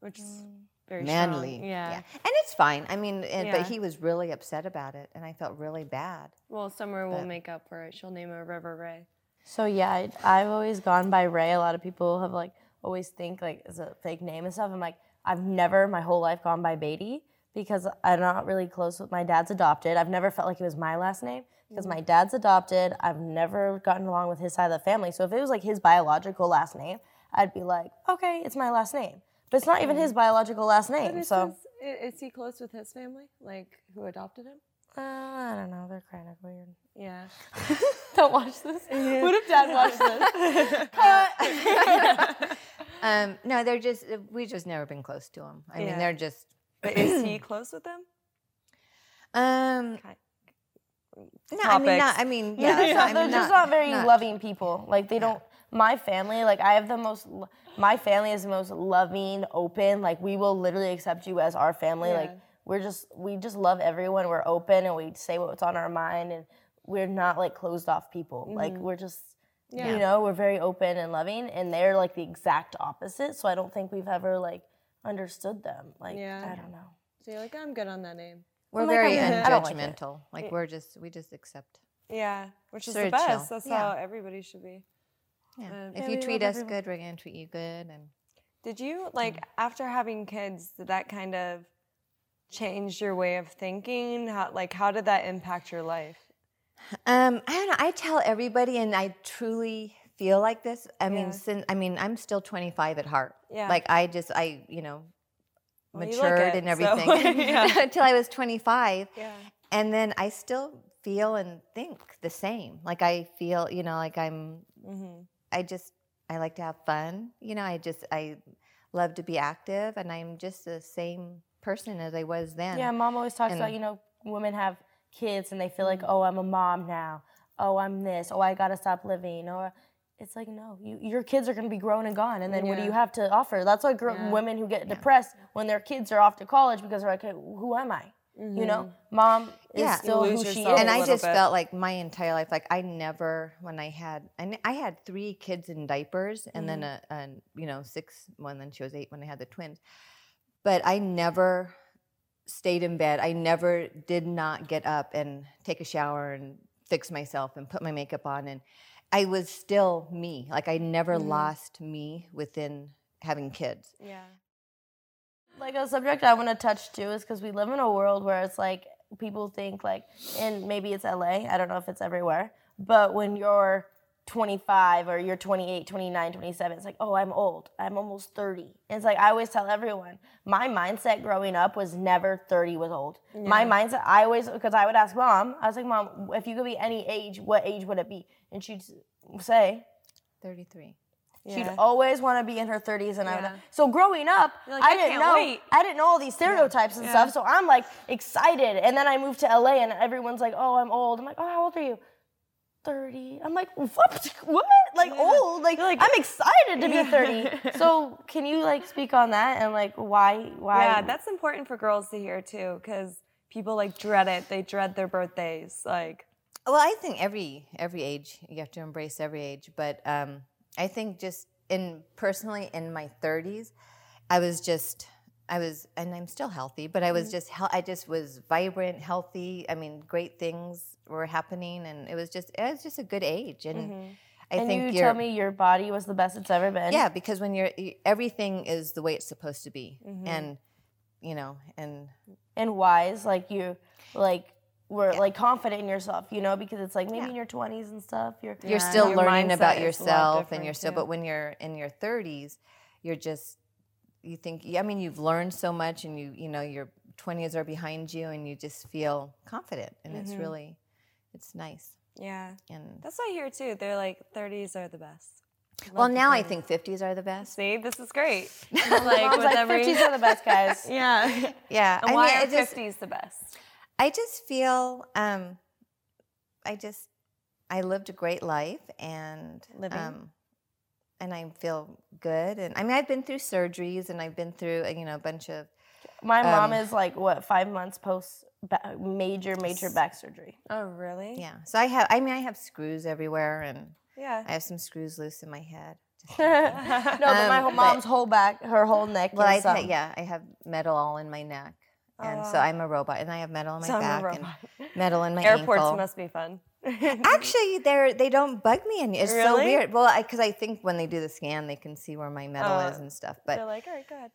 Speaker 4: Which is very strong.
Speaker 1: Mm. Manly.
Speaker 4: Yeah.
Speaker 1: And it's fine. I mean, and,
Speaker 4: Yeah.
Speaker 1: but he was really upset about it and I felt really bad.
Speaker 4: Well, Summer will
Speaker 1: But-
Speaker 4: make up for it. She'll name her River Ray.
Speaker 2: So yeah, I, I've always gone by Ray. A lot of people have like always think like it's a fake name and stuff. I'm like, I've never my whole life gone by Beatty because I'm not really close with my dad's adopted. I've never felt like it was my last name because my dad's adopted. I've never gotten along with his side of the family. So if it was like his biological last name, I'd be like, okay, it's my last name. But it's not even his biological last name.
Speaker 4: Is,
Speaker 2: So
Speaker 4: his- i- is he close with his family? Like who adopted him?
Speaker 2: uh, I don't know. They're kind of weird.
Speaker 4: Yeah.
Speaker 2: Don't watch this. What if dad watched this?
Speaker 4: Uh.
Speaker 1: Um, no, they're just we just never been close to him. I
Speaker 4: Yeah.
Speaker 1: mean, they're just
Speaker 4: But is he close with them?
Speaker 1: um
Speaker 4: Ki-
Speaker 1: no, I mean not
Speaker 4: Topics.
Speaker 1: I mean yeah, so,
Speaker 2: they're just,
Speaker 1: I
Speaker 2: they're
Speaker 1: mean,
Speaker 2: just not very loving people. Like they don't. My family, like I have the most. lo- My family is the most loving, open. Like we will literally accept you as our family. Like we're just, we just love everyone. We're open and we say what's on our mind, and we're not like closed off people. Like
Speaker 1: Mm-hmm.
Speaker 2: we're just. You know, we're very open and loving, and they're like the exact opposite. So I don't think we've ever like understood them. Like
Speaker 4: Yeah.
Speaker 2: I don't know.
Speaker 4: So you're like, I'm good on that name.
Speaker 1: We're
Speaker 2: I'm like,
Speaker 1: very
Speaker 2: I'm- I don't like it.
Speaker 1: unjudgmental. Like, we're just we just accept.
Speaker 4: Yeah, which is
Speaker 1: Sort
Speaker 4: the
Speaker 1: of chill.
Speaker 4: best. That's
Speaker 1: Yeah.
Speaker 4: how everybody should be.
Speaker 1: Yeah.
Speaker 4: Uh,
Speaker 1: if you treat us good, we're gonna treat you good and
Speaker 4: Did you like after having kids? Did that kind of change your way of thinking? How like how did that impact your life?
Speaker 1: Um, I don't know. I tell everybody, and I truly feel like this. I
Speaker 4: Yeah.
Speaker 1: mean, since I mean, I'm still 25 at heart.
Speaker 4: Yeah.
Speaker 1: Like I just, I you know,
Speaker 4: Well, you look
Speaker 1: matured
Speaker 4: it,
Speaker 1: and
Speaker 4: so,
Speaker 1: everything
Speaker 4: yeah.
Speaker 1: until I was 25,
Speaker 4: Yeah.
Speaker 1: and then I still feel and think the same. Like I feel, you know, like I'm.
Speaker 4: Mm-hmm.
Speaker 1: I just, I like to have fun. You know, I just, I love to be active, and I'm just the same person as I was then.
Speaker 2: Yeah, mom always talks about,
Speaker 1: and- Mm-hmm.
Speaker 2: you know, women have kids and they feel like, oh, I'm a mom now. Oh, I'm this. Oh, I gotta stop living. Or it's like, no, you, your kids are gonna be grown and gone. And then what do you have to offer? That's why girl, women who get depressed when their kids are off to college because they're like, hey, who am I? You know, mom is
Speaker 1: Mm. Yeah. You
Speaker 2: still
Speaker 4: lose
Speaker 2: who she is.
Speaker 4: yourself Oh, a
Speaker 1: and I
Speaker 4: little
Speaker 1: just
Speaker 4: bit.
Speaker 1: felt like my entire life, like I never, when I had, I, kn- I had three kids in diapers, and then
Speaker 4: Mm-hmm.
Speaker 1: a, a, you know, six. One, then she was eight when I had the twins. But I never stayed in bed. I never did not get up and take a shower and fix myself and put my makeup on, and I was still me. Like I never
Speaker 4: Mm-hmm.
Speaker 1: lost me within having kids.
Speaker 4: Yeah.
Speaker 2: like a subject I want to touch too is because we live in a world where it's like people think like, and maybe it's LA, I don't know if it's everywhere, but when you're 25 or you're 28, 29, 27, it's like, oh, I'm old. I'm almost 30. It's like I always tell everyone, my mindset growing up was never 30 was old. My mindset, I always, because I would ask mom, I was like, mom, if you could be any age, what age would it be? And she'd say,
Speaker 1: Thirty-three.
Speaker 2: She'd
Speaker 4: Yeah.
Speaker 2: always want to be in her 30s, and I would.
Speaker 4: Yeah.
Speaker 2: So growing up,
Speaker 5: like,
Speaker 2: I,
Speaker 5: I
Speaker 2: didn't
Speaker 5: can't
Speaker 2: know.
Speaker 5: wait.
Speaker 2: I didn't know all these stereotypes and stuff. So I'm like excited, and then I moved to LA, and everyone's like, "Oh, I'm old." I'm like, "Oh, how old are you?" 30. I'm like, what? What? Like old? Like, I'm excited to be 30. so can you like speak on that and like why? Why?
Speaker 4: Yeah, that's important for girls to hear too, because people like dread it. They dread their birthdays. Like,
Speaker 1: Well, I think every every age you have to embrace every age, but um, I think just in personally in my 30s, I was just I was and I'm still healthy, but I
Speaker 2: Mm-hmm.
Speaker 1: was just hel- I just was vibrant, healthy. I mean, great things were happening, and it was just it was just a good age, and I
Speaker 2: Mm-hmm. and
Speaker 1: think
Speaker 2: you
Speaker 1: you're-
Speaker 2: tell me your body was the best it's ever been.
Speaker 1: yeah, because when you're y- everything is the way it's supposed to be,
Speaker 2: Mm-hmm.
Speaker 1: and you know, and
Speaker 2: and wise like you like were like confident in yourself you know because it's like maybe
Speaker 1: Yeah.
Speaker 2: in your 20s and stuff you're
Speaker 1: you're
Speaker 4: Yeah,
Speaker 1: still
Speaker 4: your
Speaker 1: learning
Speaker 4: mindset
Speaker 1: about
Speaker 4: is a lot
Speaker 1: yourself and
Speaker 4: different,
Speaker 1: you're still
Speaker 4: too.
Speaker 1: but when you're in your 30s you're just you think i mean you've learned so much and you you know your 20s are behind you and you just feel confident and it's really it's nice
Speaker 4: yeah,
Speaker 1: and
Speaker 4: Mm-hmm. that's why here too. They're like, 30s are the best.
Speaker 1: well now i think 50s are the best
Speaker 4: See, this is great.
Speaker 2: Mom's like 50s are the best guys
Speaker 4: yeah.
Speaker 1: yeah
Speaker 4: And
Speaker 1: I
Speaker 4: why
Speaker 1: mean,
Speaker 4: are
Speaker 1: I just,
Speaker 4: 50s the best?
Speaker 1: I just feel um i just i lived a great life and
Speaker 4: Living.
Speaker 1: um and i feel good and i mean i've been through surgeries and i've been through uh, you know a bunch of
Speaker 2: my mom is like what five months post ba- major major back surgery
Speaker 4: Oh, really?
Speaker 1: Yeah. So I have. I mean, I have screws everywhere, and
Speaker 4: Yeah.
Speaker 1: I have some screws loose in my head.
Speaker 2: no but my
Speaker 1: Um,
Speaker 2: whole
Speaker 1: but-
Speaker 2: mom's whole back her whole neck
Speaker 1: Well, I
Speaker 2: is
Speaker 1: ha-
Speaker 2: um,
Speaker 1: yeah, I have metal all in my neck, and so I'm a robot, and I have metal in my
Speaker 4: Oh. So I'm a
Speaker 1: back
Speaker 4: robot.
Speaker 1: and metal in my
Speaker 4: Airports
Speaker 1: ankle.
Speaker 4: must be fun.
Speaker 1: Actually, they're they don't bug me any. It's so
Speaker 4: Really?
Speaker 1: weird. Well, because I, think when they do the scan, they can see where my metal
Speaker 4: Uh,
Speaker 1: is and stuff. But
Speaker 4: They're like, all right, go ahead.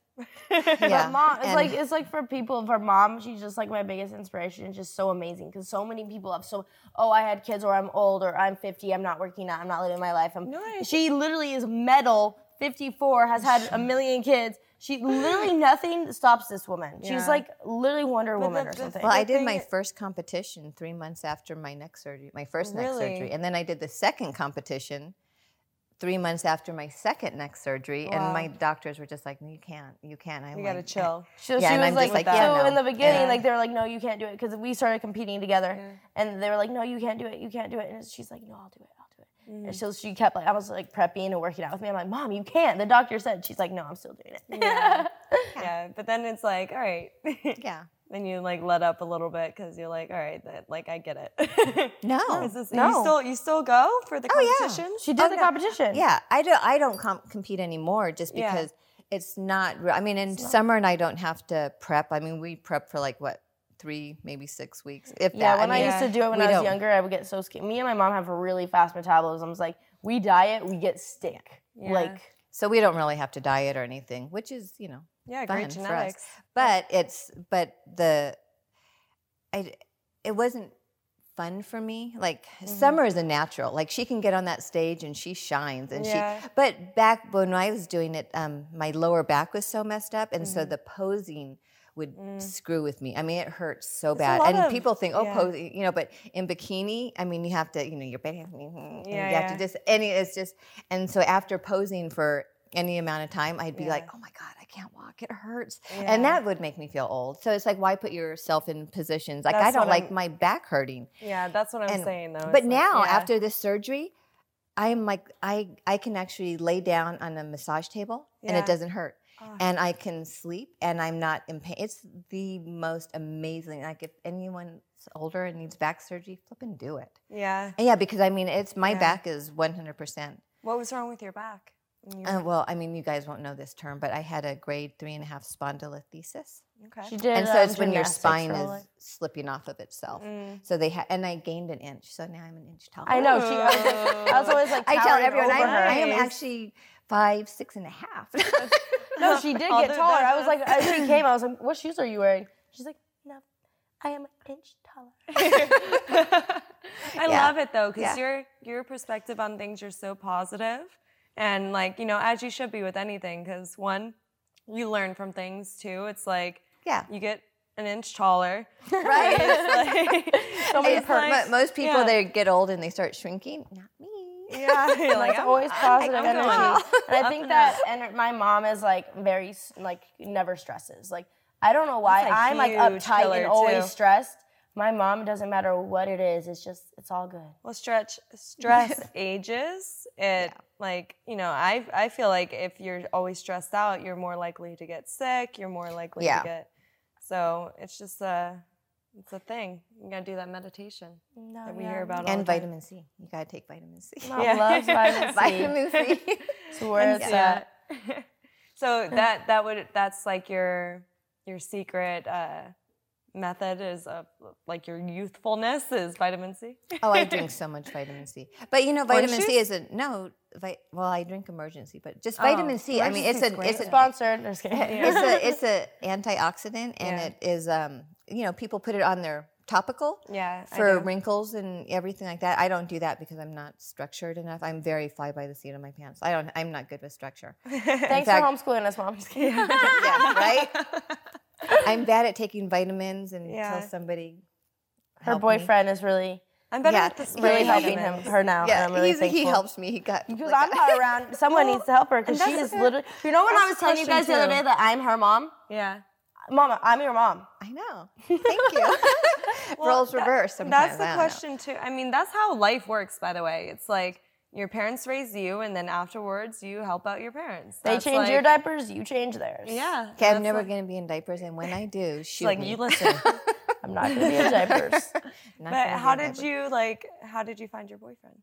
Speaker 1: yeah,
Speaker 2: mom it's
Speaker 1: and-
Speaker 2: like it's like for people for mom she's just like my biggest inspiration it's just so amazing because so many people have so oh i had kids or i'm old or i'm 50 i'm not working out i'm not living my life i'm she literally is metal 54 has had a million kids she literally nothing stops this woman she's like literally wonder woman
Speaker 4: the-
Speaker 2: or
Speaker 4: the-
Speaker 2: something
Speaker 1: Well, I
Speaker 4: The
Speaker 1: did my
Speaker 4: thing-
Speaker 1: first competition three months after my neck surgery, my first neck
Speaker 4: Really?
Speaker 1: surgery, and then I did the second competition three months after my second neck surgery, and my doctors were just like, "No, you can't, you can't." I'm
Speaker 4: You gotta
Speaker 1: like, "Eh."
Speaker 4: chill.
Speaker 2: So
Speaker 1: Yeah,
Speaker 2: she
Speaker 1: and
Speaker 2: was
Speaker 1: I'm
Speaker 2: like,
Speaker 1: just like, yeah,
Speaker 2: so
Speaker 1: no.
Speaker 2: in the beginning,
Speaker 1: Yeah. Mm-hmm.
Speaker 2: like they were like, no, you can't do it because we started competing together, and they were like, no, you can't do it, you can't do it, and she's like, no, I'll do it, I'll do it.
Speaker 1: Mm.
Speaker 2: And so she kept like, I was like prepping and working out with me. I'm like, mom, you can't. The doctor said. She's like, no, I'm still doing it.
Speaker 4: Yeah, but then it's like, all right.
Speaker 1: Yeah.
Speaker 4: then you like let up a little bit because you're like, all right, that, like I get it.
Speaker 1: No. Oh,
Speaker 4: Is this- You
Speaker 2: No.
Speaker 4: still you still go for the
Speaker 1: yeah.
Speaker 4: competition?
Speaker 2: she did the competition.
Speaker 1: Yeah, I don't. I don't com- compete anymore just
Speaker 4: Yeah.
Speaker 1: because it's not. re- I mean, in summer, and I don't have to prep. I mean, we prep for like what three, maybe six weeks, if
Speaker 2: Yeah,
Speaker 1: that.
Speaker 2: when I,
Speaker 1: mean,
Speaker 2: used to do it when
Speaker 1: we
Speaker 2: I was
Speaker 1: don't-
Speaker 2: younger, I would get so skinny. Me and my mom have really fast metabolisms. Like we diet, we get stick. Like
Speaker 1: So we don't really have to diet or anything, which is you know
Speaker 4: Yeah,
Speaker 1: fun
Speaker 4: great
Speaker 1: for us.
Speaker 4: genetics.
Speaker 1: But it's but the I it wasn't fun for me. Like
Speaker 4: Mm-hmm.
Speaker 1: Summer is a natural. Like she can get on that stage and she shines and
Speaker 4: Yeah.
Speaker 1: she but back when I was doing it, um, my lower back was so messed up and
Speaker 4: Mm-hmm.
Speaker 1: so the posing would screw with me. I mean, it hurts so bad.
Speaker 4: Mm. lot
Speaker 1: And
Speaker 4: of-
Speaker 1: people think, oh,
Speaker 4: yeah.
Speaker 1: posing, you know, but in bikini, I mean, you have to, you know, your bed, and you
Speaker 4: Yeah,
Speaker 1: have to
Speaker 4: yeah.
Speaker 1: just, any, it's just, and so after posing for any amount of time, I'd be like,
Speaker 4: Yeah.
Speaker 1: oh my God, I can't walk. It hurts. And that would make me feel old. So it's like, why put yourself in positions? Like, I
Speaker 4: That's
Speaker 1: don't
Speaker 4: what
Speaker 1: like
Speaker 4: I'm-
Speaker 1: my back hurting.
Speaker 4: Yeah, that's what I'm
Speaker 1: And-
Speaker 4: saying though.
Speaker 1: But
Speaker 4: It's like-
Speaker 1: now,
Speaker 4: yeah.
Speaker 1: after this surgery, I'm like, I, I can actually lay down on a massage table and
Speaker 4: Yeah.
Speaker 1: it doesn't hurt.
Speaker 4: Ah,
Speaker 1: and I can sleep and I'm not in pain. It's the most amazing. Like if anyone's older and needs back surgery, flip and do it.
Speaker 4: Yeah.
Speaker 1: And yeah, because I mean, it's my
Speaker 4: Yeah.
Speaker 1: back is 100%.
Speaker 4: What was wrong with your back? when you
Speaker 1: Uh,
Speaker 4: were-
Speaker 1: well, I mean, you guys won't know this term, but I had a grade three and a half spondylolisthesis,
Speaker 2: She
Speaker 4: okay.
Speaker 2: did.
Speaker 1: and so
Speaker 2: um,
Speaker 1: it's when your
Speaker 2: gymnastics
Speaker 1: spine
Speaker 2: for,
Speaker 1: is
Speaker 2: like-
Speaker 1: slipping off of itself.
Speaker 4: Mm.
Speaker 1: So they had, and I gained an inch, so now I'm an inch taller.
Speaker 2: I know. She. I was, like, I was always like.
Speaker 1: I tell
Speaker 2: towering
Speaker 1: everyone I'm,
Speaker 2: over her.
Speaker 1: I am
Speaker 4: Nice.
Speaker 1: actually five, six and a half.
Speaker 2: No, she did
Speaker 4: All
Speaker 2: get
Speaker 4: the-
Speaker 2: taller. I was like, as she came, I was like, what shoes are you wearing? She's like, no, I am an inch taller.
Speaker 4: I
Speaker 1: Yeah.
Speaker 4: love it though,
Speaker 1: Yeah.
Speaker 4: because your your perspective on things you're so positive, and like you know, as you should be with anything, because one, you learn from things too. It's like
Speaker 1: yeah,
Speaker 4: you get an inch taller,
Speaker 1: right.
Speaker 4: It's like-
Speaker 1: It's- but most people
Speaker 4: yeah.
Speaker 1: they get old and they start shrinking. Not me.
Speaker 4: yeah, you're
Speaker 2: Like, it's
Speaker 4: I'm-
Speaker 2: always positive
Speaker 4: I'm
Speaker 2: energy.
Speaker 4: going
Speaker 2: And I
Speaker 4: Up
Speaker 2: think
Speaker 4: and
Speaker 2: that, and my mom is like very, s- like, never stresses. Like, I don't know why
Speaker 4: That's a
Speaker 2: I'm like
Speaker 4: huge
Speaker 2: uptight and
Speaker 4: killer,
Speaker 2: always
Speaker 4: too.
Speaker 2: stressed. My mom doesn't matter what it is. It's just, it's all good.
Speaker 4: Well, stretch stress ages. It like you know, I I feel like if you're always stressed out, you're more likely to get sick. You're more likely
Speaker 1: Yeah.
Speaker 4: to get. So it's just a it's a thing. You gotta do that meditation
Speaker 2: No,
Speaker 4: that we
Speaker 2: yeah.
Speaker 4: hear about all
Speaker 1: And
Speaker 4: the time.
Speaker 1: vitamin C. You gotta take vitamin C.
Speaker 2: Mom
Speaker 4: Yeah.
Speaker 2: loves vitamin C.
Speaker 1: vitamin C.
Speaker 2: It's where it's at.
Speaker 4: Yeah. uh, so that that would that's like your your secret uh, method is of like your youthfulness is vitamin C.
Speaker 1: oh, I drink so much vitamin C. But you know, vitamin C is a no. Vi- well, I drink emergency, but just vitamin C. I mean, it's a it's a
Speaker 2: Sponsored. I'm just kidding.
Speaker 1: it's a it's a antioxidant, and
Speaker 4: Yeah.
Speaker 1: it is um you know people put it on their topical.
Speaker 4: Yeah, I
Speaker 1: for
Speaker 4: do.
Speaker 1: wrinkles and everything like that. I don't do that because I'm not structured enough. I'm very fly by the seat of my pants. I don't. I'm not good with structure.
Speaker 2: Thanks
Speaker 1: fact-
Speaker 2: for homeschooling us, mom. I'm just kidding.
Speaker 1: yeah, right. I'm bad at taking vitamins until
Speaker 4: Yeah.
Speaker 1: somebody.
Speaker 2: Her
Speaker 1: helped me.
Speaker 2: boyfriend is really,
Speaker 4: I'm better
Speaker 1: Yeah,
Speaker 4: at this.
Speaker 2: really
Speaker 1: Right.
Speaker 2: helping him, her now.
Speaker 1: Yeah,
Speaker 2: and I'm really
Speaker 1: he's- he
Speaker 2: thankful.
Speaker 1: helps me. He got
Speaker 2: Because
Speaker 1: like
Speaker 2: I'm not around. Someone needs to help her because she
Speaker 4: that's
Speaker 2: is
Speaker 4: the-
Speaker 2: literally. You know when I was
Speaker 4: that's the
Speaker 2: telling you guys
Speaker 4: question,
Speaker 2: the other
Speaker 4: too.
Speaker 2: day that I'm her mom?
Speaker 4: Yeah.
Speaker 2: Mama, I'm your mom.
Speaker 1: I know. Thank you. Roles reverse. Sometimes
Speaker 4: That's the
Speaker 1: I don't know.
Speaker 4: question too. I mean, that's how life works, by the way. It's like your parents raise you, and then afterwards you help out your parents.
Speaker 2: They
Speaker 4: That's
Speaker 2: change your
Speaker 4: like-
Speaker 2: diapers, you change theirs.
Speaker 4: Yeah.
Speaker 1: Okay, I'm
Speaker 4: that's
Speaker 1: never
Speaker 4: like-
Speaker 1: gonna be in diapers, and when I do, shoot
Speaker 4: like
Speaker 1: me.
Speaker 4: you listen.
Speaker 2: I'm not gonna be in diapers.
Speaker 1: Not
Speaker 4: but
Speaker 1: gonna be
Speaker 4: how
Speaker 1: in
Speaker 4: did
Speaker 1: diapers.
Speaker 4: you like? How did you find your boyfriend?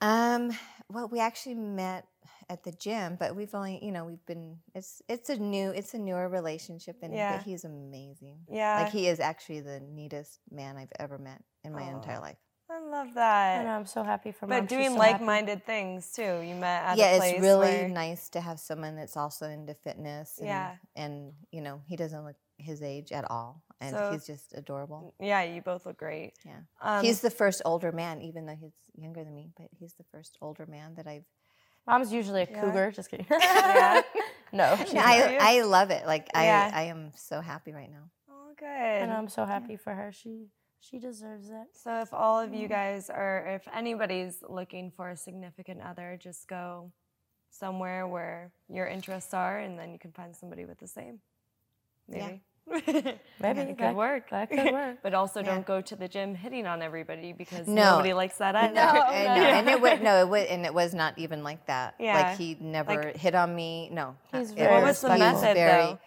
Speaker 1: Um, well, we actually met at the gym, but we've only, you know, we've been it's it's a new it's a newer relationship, and
Speaker 4: Yeah.
Speaker 1: but he's amazing.
Speaker 4: Yeah.
Speaker 1: Like he is actually the neatest man I've ever met in my
Speaker 4: Oh,
Speaker 1: entire life.
Speaker 4: I love
Speaker 2: I
Speaker 4: that.
Speaker 2: know. I'm so happy for.
Speaker 4: But
Speaker 2: Mom. She's
Speaker 4: doing
Speaker 2: so happy.
Speaker 4: like-minded things too. You met at
Speaker 1: yeah,
Speaker 4: a place
Speaker 1: it's really
Speaker 4: where-
Speaker 1: nice to have someone that's also into fitness. And,
Speaker 4: Yeah.
Speaker 1: and you know, he doesn't look his age at all, and
Speaker 4: So-
Speaker 1: he's just adorable.
Speaker 4: Yeah, you both look great.
Speaker 1: Yeah.
Speaker 4: Um,
Speaker 1: he's the first older man, even though he's younger than me, but he's the first older man that I've
Speaker 2: Mom's usually a cougar. Just kidding.
Speaker 4: Yeah.
Speaker 2: no. She's
Speaker 1: No,
Speaker 2: not.
Speaker 4: not you?
Speaker 1: I, I love it. Like
Speaker 4: Yeah.
Speaker 1: I, I am so happy right now.
Speaker 4: Oh,
Speaker 2: I
Speaker 4: good.
Speaker 2: know. I'm so happy for her. She she deserves it.
Speaker 4: So if all of
Speaker 1: Mm.
Speaker 4: you guys are, if anybody's looking for a significant other, just go somewhere where your interests are, and then you can find somebody with the same.
Speaker 1: Yeah.
Speaker 4: Maybe. Maybe
Speaker 2: Maybe that-
Speaker 4: it could work.
Speaker 2: that could work.
Speaker 4: but also,
Speaker 1: Yeah.
Speaker 4: don't go to the gym hitting on everybody because
Speaker 1: No.
Speaker 4: nobody likes that either.
Speaker 1: No, and, no,
Speaker 4: Yeah.
Speaker 1: and it was no, it was, and it was not even like that.
Speaker 4: Yeah.
Speaker 1: Like he never hit on me. No, not-
Speaker 2: He's
Speaker 1: it
Speaker 2: very
Speaker 4: What was the
Speaker 1: he
Speaker 2: respectful.
Speaker 4: method
Speaker 1: very-
Speaker 4: though?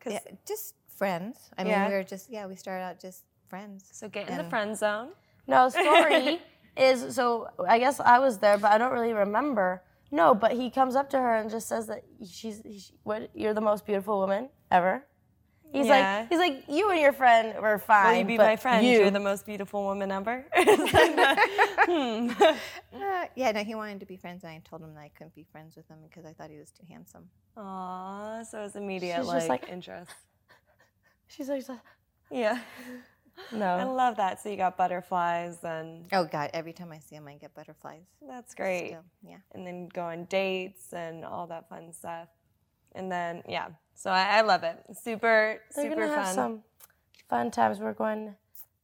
Speaker 4: 'Cause-
Speaker 1: yeah, just friends. I mean,
Speaker 4: Yeah.
Speaker 1: we were just yeah, we started out just friends.
Speaker 4: So get in the
Speaker 1: And-
Speaker 4: friend zone.
Speaker 2: No, story is so I guess I was there, but I don't really remember. No, but he comes up to her and just says that she's he- what you're the most beautiful woman ever. He's
Speaker 4: Yeah.
Speaker 2: like he's like you and your friend were fine.
Speaker 4: Will you be
Speaker 2: but
Speaker 4: my friend?
Speaker 2: You.
Speaker 4: are the most beautiful woman ever. Hmm.
Speaker 1: Uh, yeah, no, he wanted to be friends, and I told him that I couldn't be friends with him because I thought he was too handsome.
Speaker 4: Aw, so it's immediate
Speaker 2: She's
Speaker 4: like,
Speaker 2: just like-
Speaker 4: interest.
Speaker 2: She's like
Speaker 4: Yeah. I
Speaker 2: no.
Speaker 4: love that. So you got butterflies and
Speaker 1: Oh God, every time I see him, I get butterflies.
Speaker 4: that's great.
Speaker 1: Still, yeah.
Speaker 4: And then go on dates and all that fun stuff. And then yeah. So I, I love it. Super,
Speaker 2: They're
Speaker 4: super
Speaker 2: gonna
Speaker 4: fun.
Speaker 2: have some fun times. We're going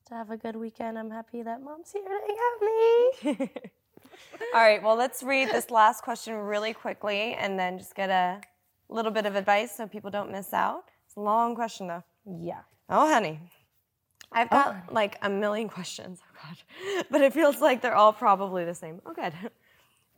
Speaker 2: to have a good weekend. I'm happy that mom's here to hang out with me.
Speaker 4: All right, well let's read this last question really quickly and then just get a little bit of advice so people don't miss out. It's a long question though.
Speaker 2: yeah.
Speaker 4: Oh, honey. I've got like a million questions. Oh, God. But it feels like they're all probably the same. Oh, good.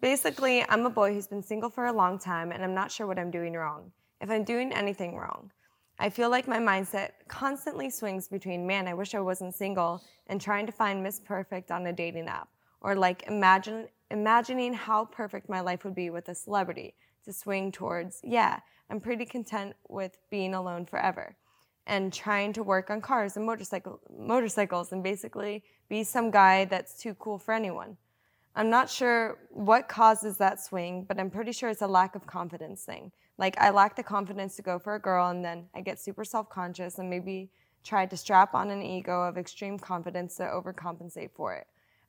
Speaker 4: Basically, I'm a boy who's been single for a long time and I'm not sure what I'm doing wrong. if I'm doing anything wrong. I feel like my mindset constantly swings between, man, I wish I wasn't single, and trying to find Miss Perfect on a dating app, or like imagine imagining how perfect my life would be with a celebrity, to swing towards, yeah, I'm pretty content with being alone forever, and trying to work on cars and motorcycle motorcycles, and basically be some guy that's too cool for anyone. I'm not sure what causes that swing, but I'm pretty sure it's a lack of confidence thing. Like I lack the confidence to go for a girl and then I get super self-conscious and maybe try to strap on an ego of extreme confidence to overcompensate for it.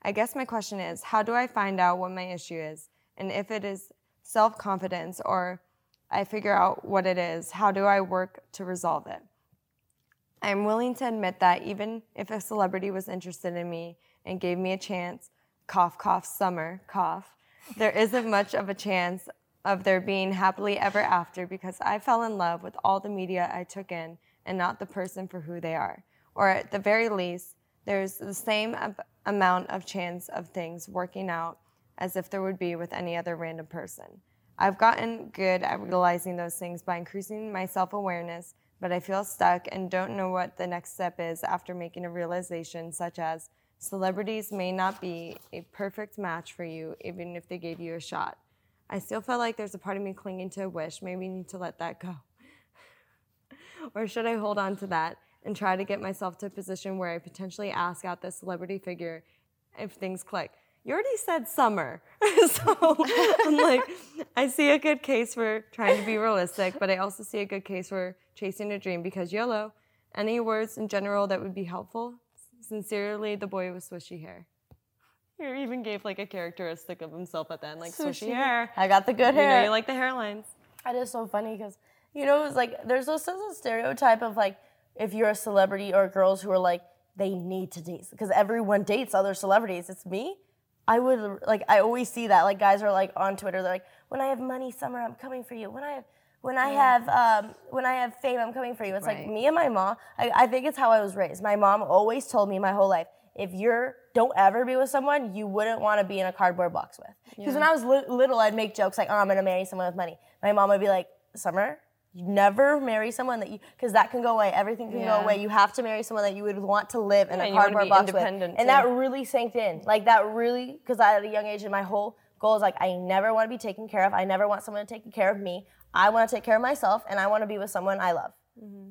Speaker 4: I guess my question is, how do I find out what my issue is and if it is self-confidence or I figure out what it is, how do I work to resolve it? I'm willing to admit that even if a celebrity was interested in me and gave me a chance, cough, cough, summer, cough, there isn't much of a chance of there being happily ever after because I fell in love with all the media I took in and not the person for who they are. Or at the very least, there's the same ab- amount of chance of things working out as if there would be with any other random person. I've gotten good at realizing those things by increasing my self awareness, but I feel stuck and don't know what the next step is after making a realization such as celebrities may not be a perfect match for you, even if they gave you a shot. I still feel like there's a part of me clinging to a wish. Maybe I need to let that go. or should I hold on to that and try to get myself to a position where I potentially ask out this celebrity figure if things click? You already said summer. so I'm like, I see a good case for trying to be realistic, but I also see a good case for chasing a dream because YOLO. Any words in general that would be helpful? Sincerely, the boy with swishy hair. He even gave like a characteristic of himself at the end, like swishy, hair.
Speaker 5: I got the good
Speaker 4: You know,
Speaker 5: hair.
Speaker 4: you like the hairlines.
Speaker 2: That is so funny because you know it's like there's also a stereotype of like if you're a celebrity or girls who are like they need to date because everyone dates other celebrities. It's me. I would like I always see that like guys are like on Twitter they're like when I have money summer I'm coming for you when I have when I have um, when I have fame I'm coming for you. It's like
Speaker 1: Right.
Speaker 2: me and my mom. I, I think it's how I was raised. My mom always told me my whole life if you're don't ever be with someone you wouldn't want to be in a cardboard box with. Because when I was li- little, I'd make jokes like, "Oh, I'm gonna marry someone with money." My mom would be like, "Summer, you never marry someone that you because that can go away. Everything can go
Speaker 4: Yeah.
Speaker 2: away. You have to marry someone that you would want to live in
Speaker 4: Yeah,
Speaker 2: a
Speaker 4: you wanna
Speaker 2: cardboard
Speaker 4: be
Speaker 2: box
Speaker 4: independent,
Speaker 2: with." And
Speaker 4: too.
Speaker 2: that really sank in. Like that really, because I at a young age, and my whole goal is like, I never want to be taken care of. I never want someone to take care of me. I want to take care of myself, and I want to be with someone I love.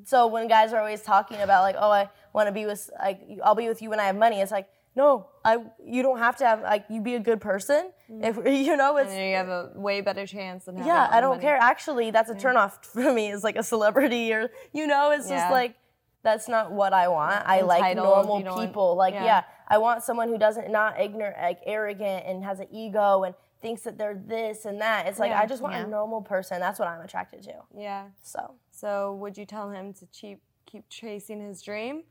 Speaker 2: So when guys are always talking about like, oh, I want to be with, like, I'll be with you when I have money. It's like, no, I. You don't have to have like. You be a good person. If you know, it's
Speaker 4: And you have a way better chance than having
Speaker 2: yeah,
Speaker 4: all the
Speaker 2: I don't
Speaker 4: money.
Speaker 2: care. Actually, that's a turnoff for me. Is like a celebrity or you know, it's just
Speaker 4: Yeah.
Speaker 2: like that's not what I want. I like
Speaker 4: Entitled, you
Speaker 2: normal
Speaker 4: don't-
Speaker 2: people. Like yeah.
Speaker 4: yeah.
Speaker 2: I want someone who doesn't not ignorant, like arrogant, and has an ego and thinks that they're this and that. It's like
Speaker 4: Yeah.
Speaker 2: I just want
Speaker 1: Yeah.
Speaker 2: a normal person. That's what I'm attracted to.
Speaker 4: Yeah.
Speaker 2: So
Speaker 4: So would you tell him to cheap, keep chasing his dream?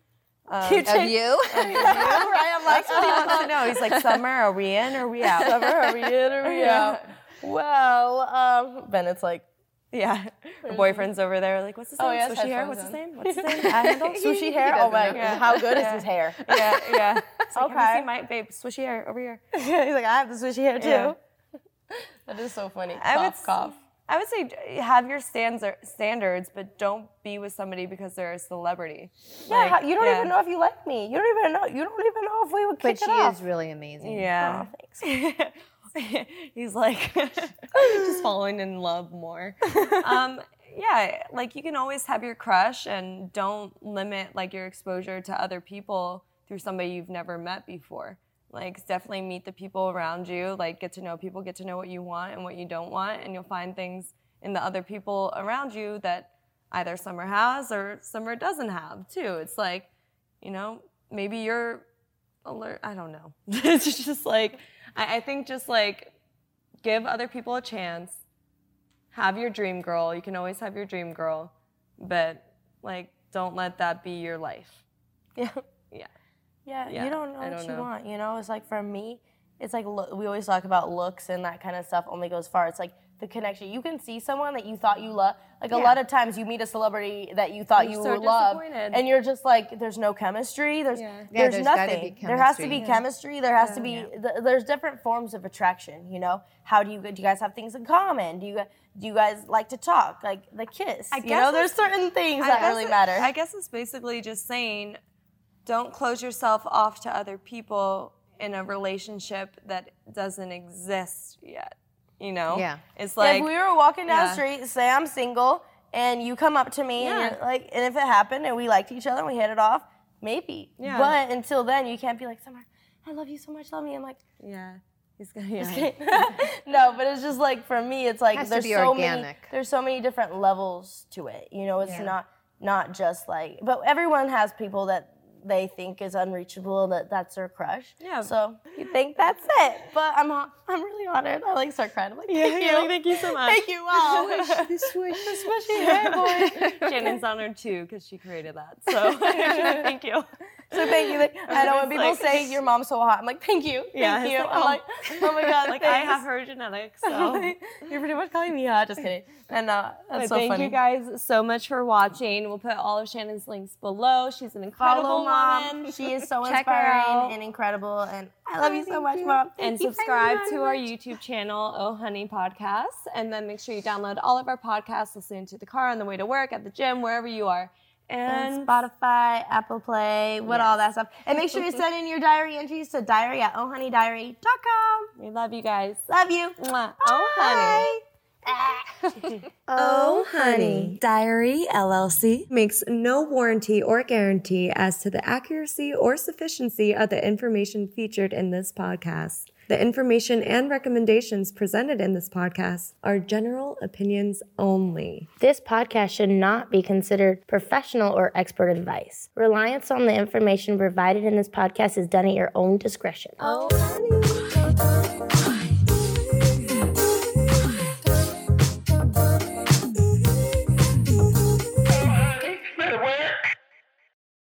Speaker 4: Uh,
Speaker 1: Of you?
Speaker 2: right, I'm like,
Speaker 4: That's what he wants to know. He's like, summer, are we in? Are we out?
Speaker 2: summer, are we in? Are we out? Well, um, Bennett's like,
Speaker 4: Yeah. Her boyfriend's over there. Like, what's his name?
Speaker 2: Oh, yeah, his
Speaker 4: Sushi hair.
Speaker 2: headphones
Speaker 4: What's his
Speaker 2: on.
Speaker 4: name? What's his name?
Speaker 2: I handle sushi hair. Oh my,
Speaker 4: know.
Speaker 2: how good is his hair?
Speaker 4: yeah, yeah. It's like, Have
Speaker 2: Okay.
Speaker 4: you seen my babe? Swishy hair over here.
Speaker 2: He's like, I have the swishy hair too.
Speaker 4: Yeah.
Speaker 2: That is so funny.
Speaker 4: I would
Speaker 2: Cough,
Speaker 4: s-
Speaker 2: cough.
Speaker 4: I would say d- have your stands standards, but don't be with somebody because they're a celebrity.
Speaker 2: Yeah, how- you don't
Speaker 4: yeah.
Speaker 2: even know if you like me. You don't even know. You don't even know if we would
Speaker 1: But
Speaker 2: kick
Speaker 1: she
Speaker 2: it off.
Speaker 1: is really amazing.
Speaker 4: Yeah. Oh, He's like just falling in love more. Um, yeah, like you can always have your crush and don't limit like your exposure to other people through somebody you've never met before. Like definitely meet the people around you, like get to know people, get to know what you want and what you don't want, and you'll find things in the other people around you that either Summer has or Summer doesn't have too. It's like, you know, maybe you're alert. I don't know. it's just like I, I think just like give other people a chance. Have your dream girl. You can always have your dream girl, but like don't let that be your life.
Speaker 2: Yeah.
Speaker 4: Yeah.
Speaker 2: Yeah,
Speaker 4: Yeah,
Speaker 2: you don't know
Speaker 4: I
Speaker 2: what
Speaker 4: don't
Speaker 2: you
Speaker 4: know.
Speaker 2: want. You know, it's like for me, it's like lo- we always talk about looks and that kind of stuff only goes far. It's like the connection. You can see someone that you thought you love. Like a
Speaker 1: Yeah.
Speaker 2: lot of times, you meet a celebrity that you thought
Speaker 4: You're
Speaker 2: you
Speaker 4: so
Speaker 2: love,
Speaker 4: disappointed.
Speaker 2: and you're just like, "There's no chemistry. There's
Speaker 4: Yeah.
Speaker 1: Yeah,
Speaker 2: there's,
Speaker 1: there's gotta be
Speaker 2: nothing. There has to be
Speaker 1: chemistry.
Speaker 2: chemistry. There has to be. Th- there's different forms of attraction. You know, how do you do? You guys have things in common? Do you do you guys like to talk? Like the kiss. you
Speaker 4: guess
Speaker 2: know, there's
Speaker 4: it's-
Speaker 2: certain things
Speaker 4: I
Speaker 2: that
Speaker 4: guess
Speaker 2: really
Speaker 4: it-
Speaker 2: matter.
Speaker 4: I guess it's basically just saying, don't close yourself off to other people in a relationship that doesn't exist yet. You know?
Speaker 1: Yeah.
Speaker 4: It's like
Speaker 2: if we were walking down the
Speaker 4: yeah.
Speaker 2: street, say I'm single, and you come up to me,
Speaker 4: Yeah.
Speaker 2: and you're like, and if it happened and we liked each other and we hit it off, maybe.
Speaker 4: Yeah.
Speaker 2: But until then, you can't be like, Summer, I love you so much, love me. I'm like,
Speaker 4: yeah, he's gonna. Yeah.
Speaker 2: no, but it's just like for me, it's like
Speaker 1: Has to
Speaker 2: there's
Speaker 1: be
Speaker 2: so many
Speaker 1: organic.
Speaker 2: there's so many different levels to it. You know, it's not not just like, but everyone has people that they think is unreachable that that's their crush.
Speaker 4: Yeah.
Speaker 2: So you think that's it, but I'm hon- I'm really honored. I like start crying. I'm like, thank you,
Speaker 4: yeah, thank you so much.
Speaker 2: thank you all.
Speaker 4: Shannon's honored too because she created that. So thank you.
Speaker 2: So thank you. Like, I know when people
Speaker 4: It's like-
Speaker 2: say your mom's so hot, I'm like, thank you, thank
Speaker 4: Yeah, it's
Speaker 2: you.
Speaker 4: like,
Speaker 2: I'm
Speaker 4: oh.
Speaker 2: like, oh my god,
Speaker 4: Like I
Speaker 2: thanks.
Speaker 4: have her genetics.
Speaker 2: I'm
Speaker 4: So.
Speaker 2: like, You're pretty much calling me hot. Just kidding. And uh, that's
Speaker 4: But
Speaker 2: so
Speaker 4: thank
Speaker 2: funny.
Speaker 4: you guys so much for watching. We'll put all of Shannon's links below. She's an incredible
Speaker 2: Follow mom.
Speaker 4: woman.
Speaker 2: She is so
Speaker 4: Check her out.
Speaker 2: inspiring and incredible. And I love you so much, mom.
Speaker 4: and
Speaker 2: Thank you.
Speaker 4: subscribe to our YouTube channel, Oh Honey Podcast. And then make sure you download all of our podcasts, listen to the car on the way to work, at the gym, wherever you are. And,
Speaker 2: And Spotify, Apple Play, what all that stuff. And make sure you send in your diary entries to diary at ohhoneydiary.com.
Speaker 4: we love you guys.
Speaker 2: Love you. Ah.
Speaker 4: Mwah. Oh Honey.
Speaker 5: Oh, honey.
Speaker 6: Diary LLC.
Speaker 4: makes no warranty or guarantee as to the accuracy or sufficiency of the information featured in this podcast. The information and recommendations presented in this podcast are general opinions only.
Speaker 7: This podcast should not be considered professional or expert advice. Reliance on the information provided in this podcast is done at your own discretion.
Speaker 6: Oh, honey.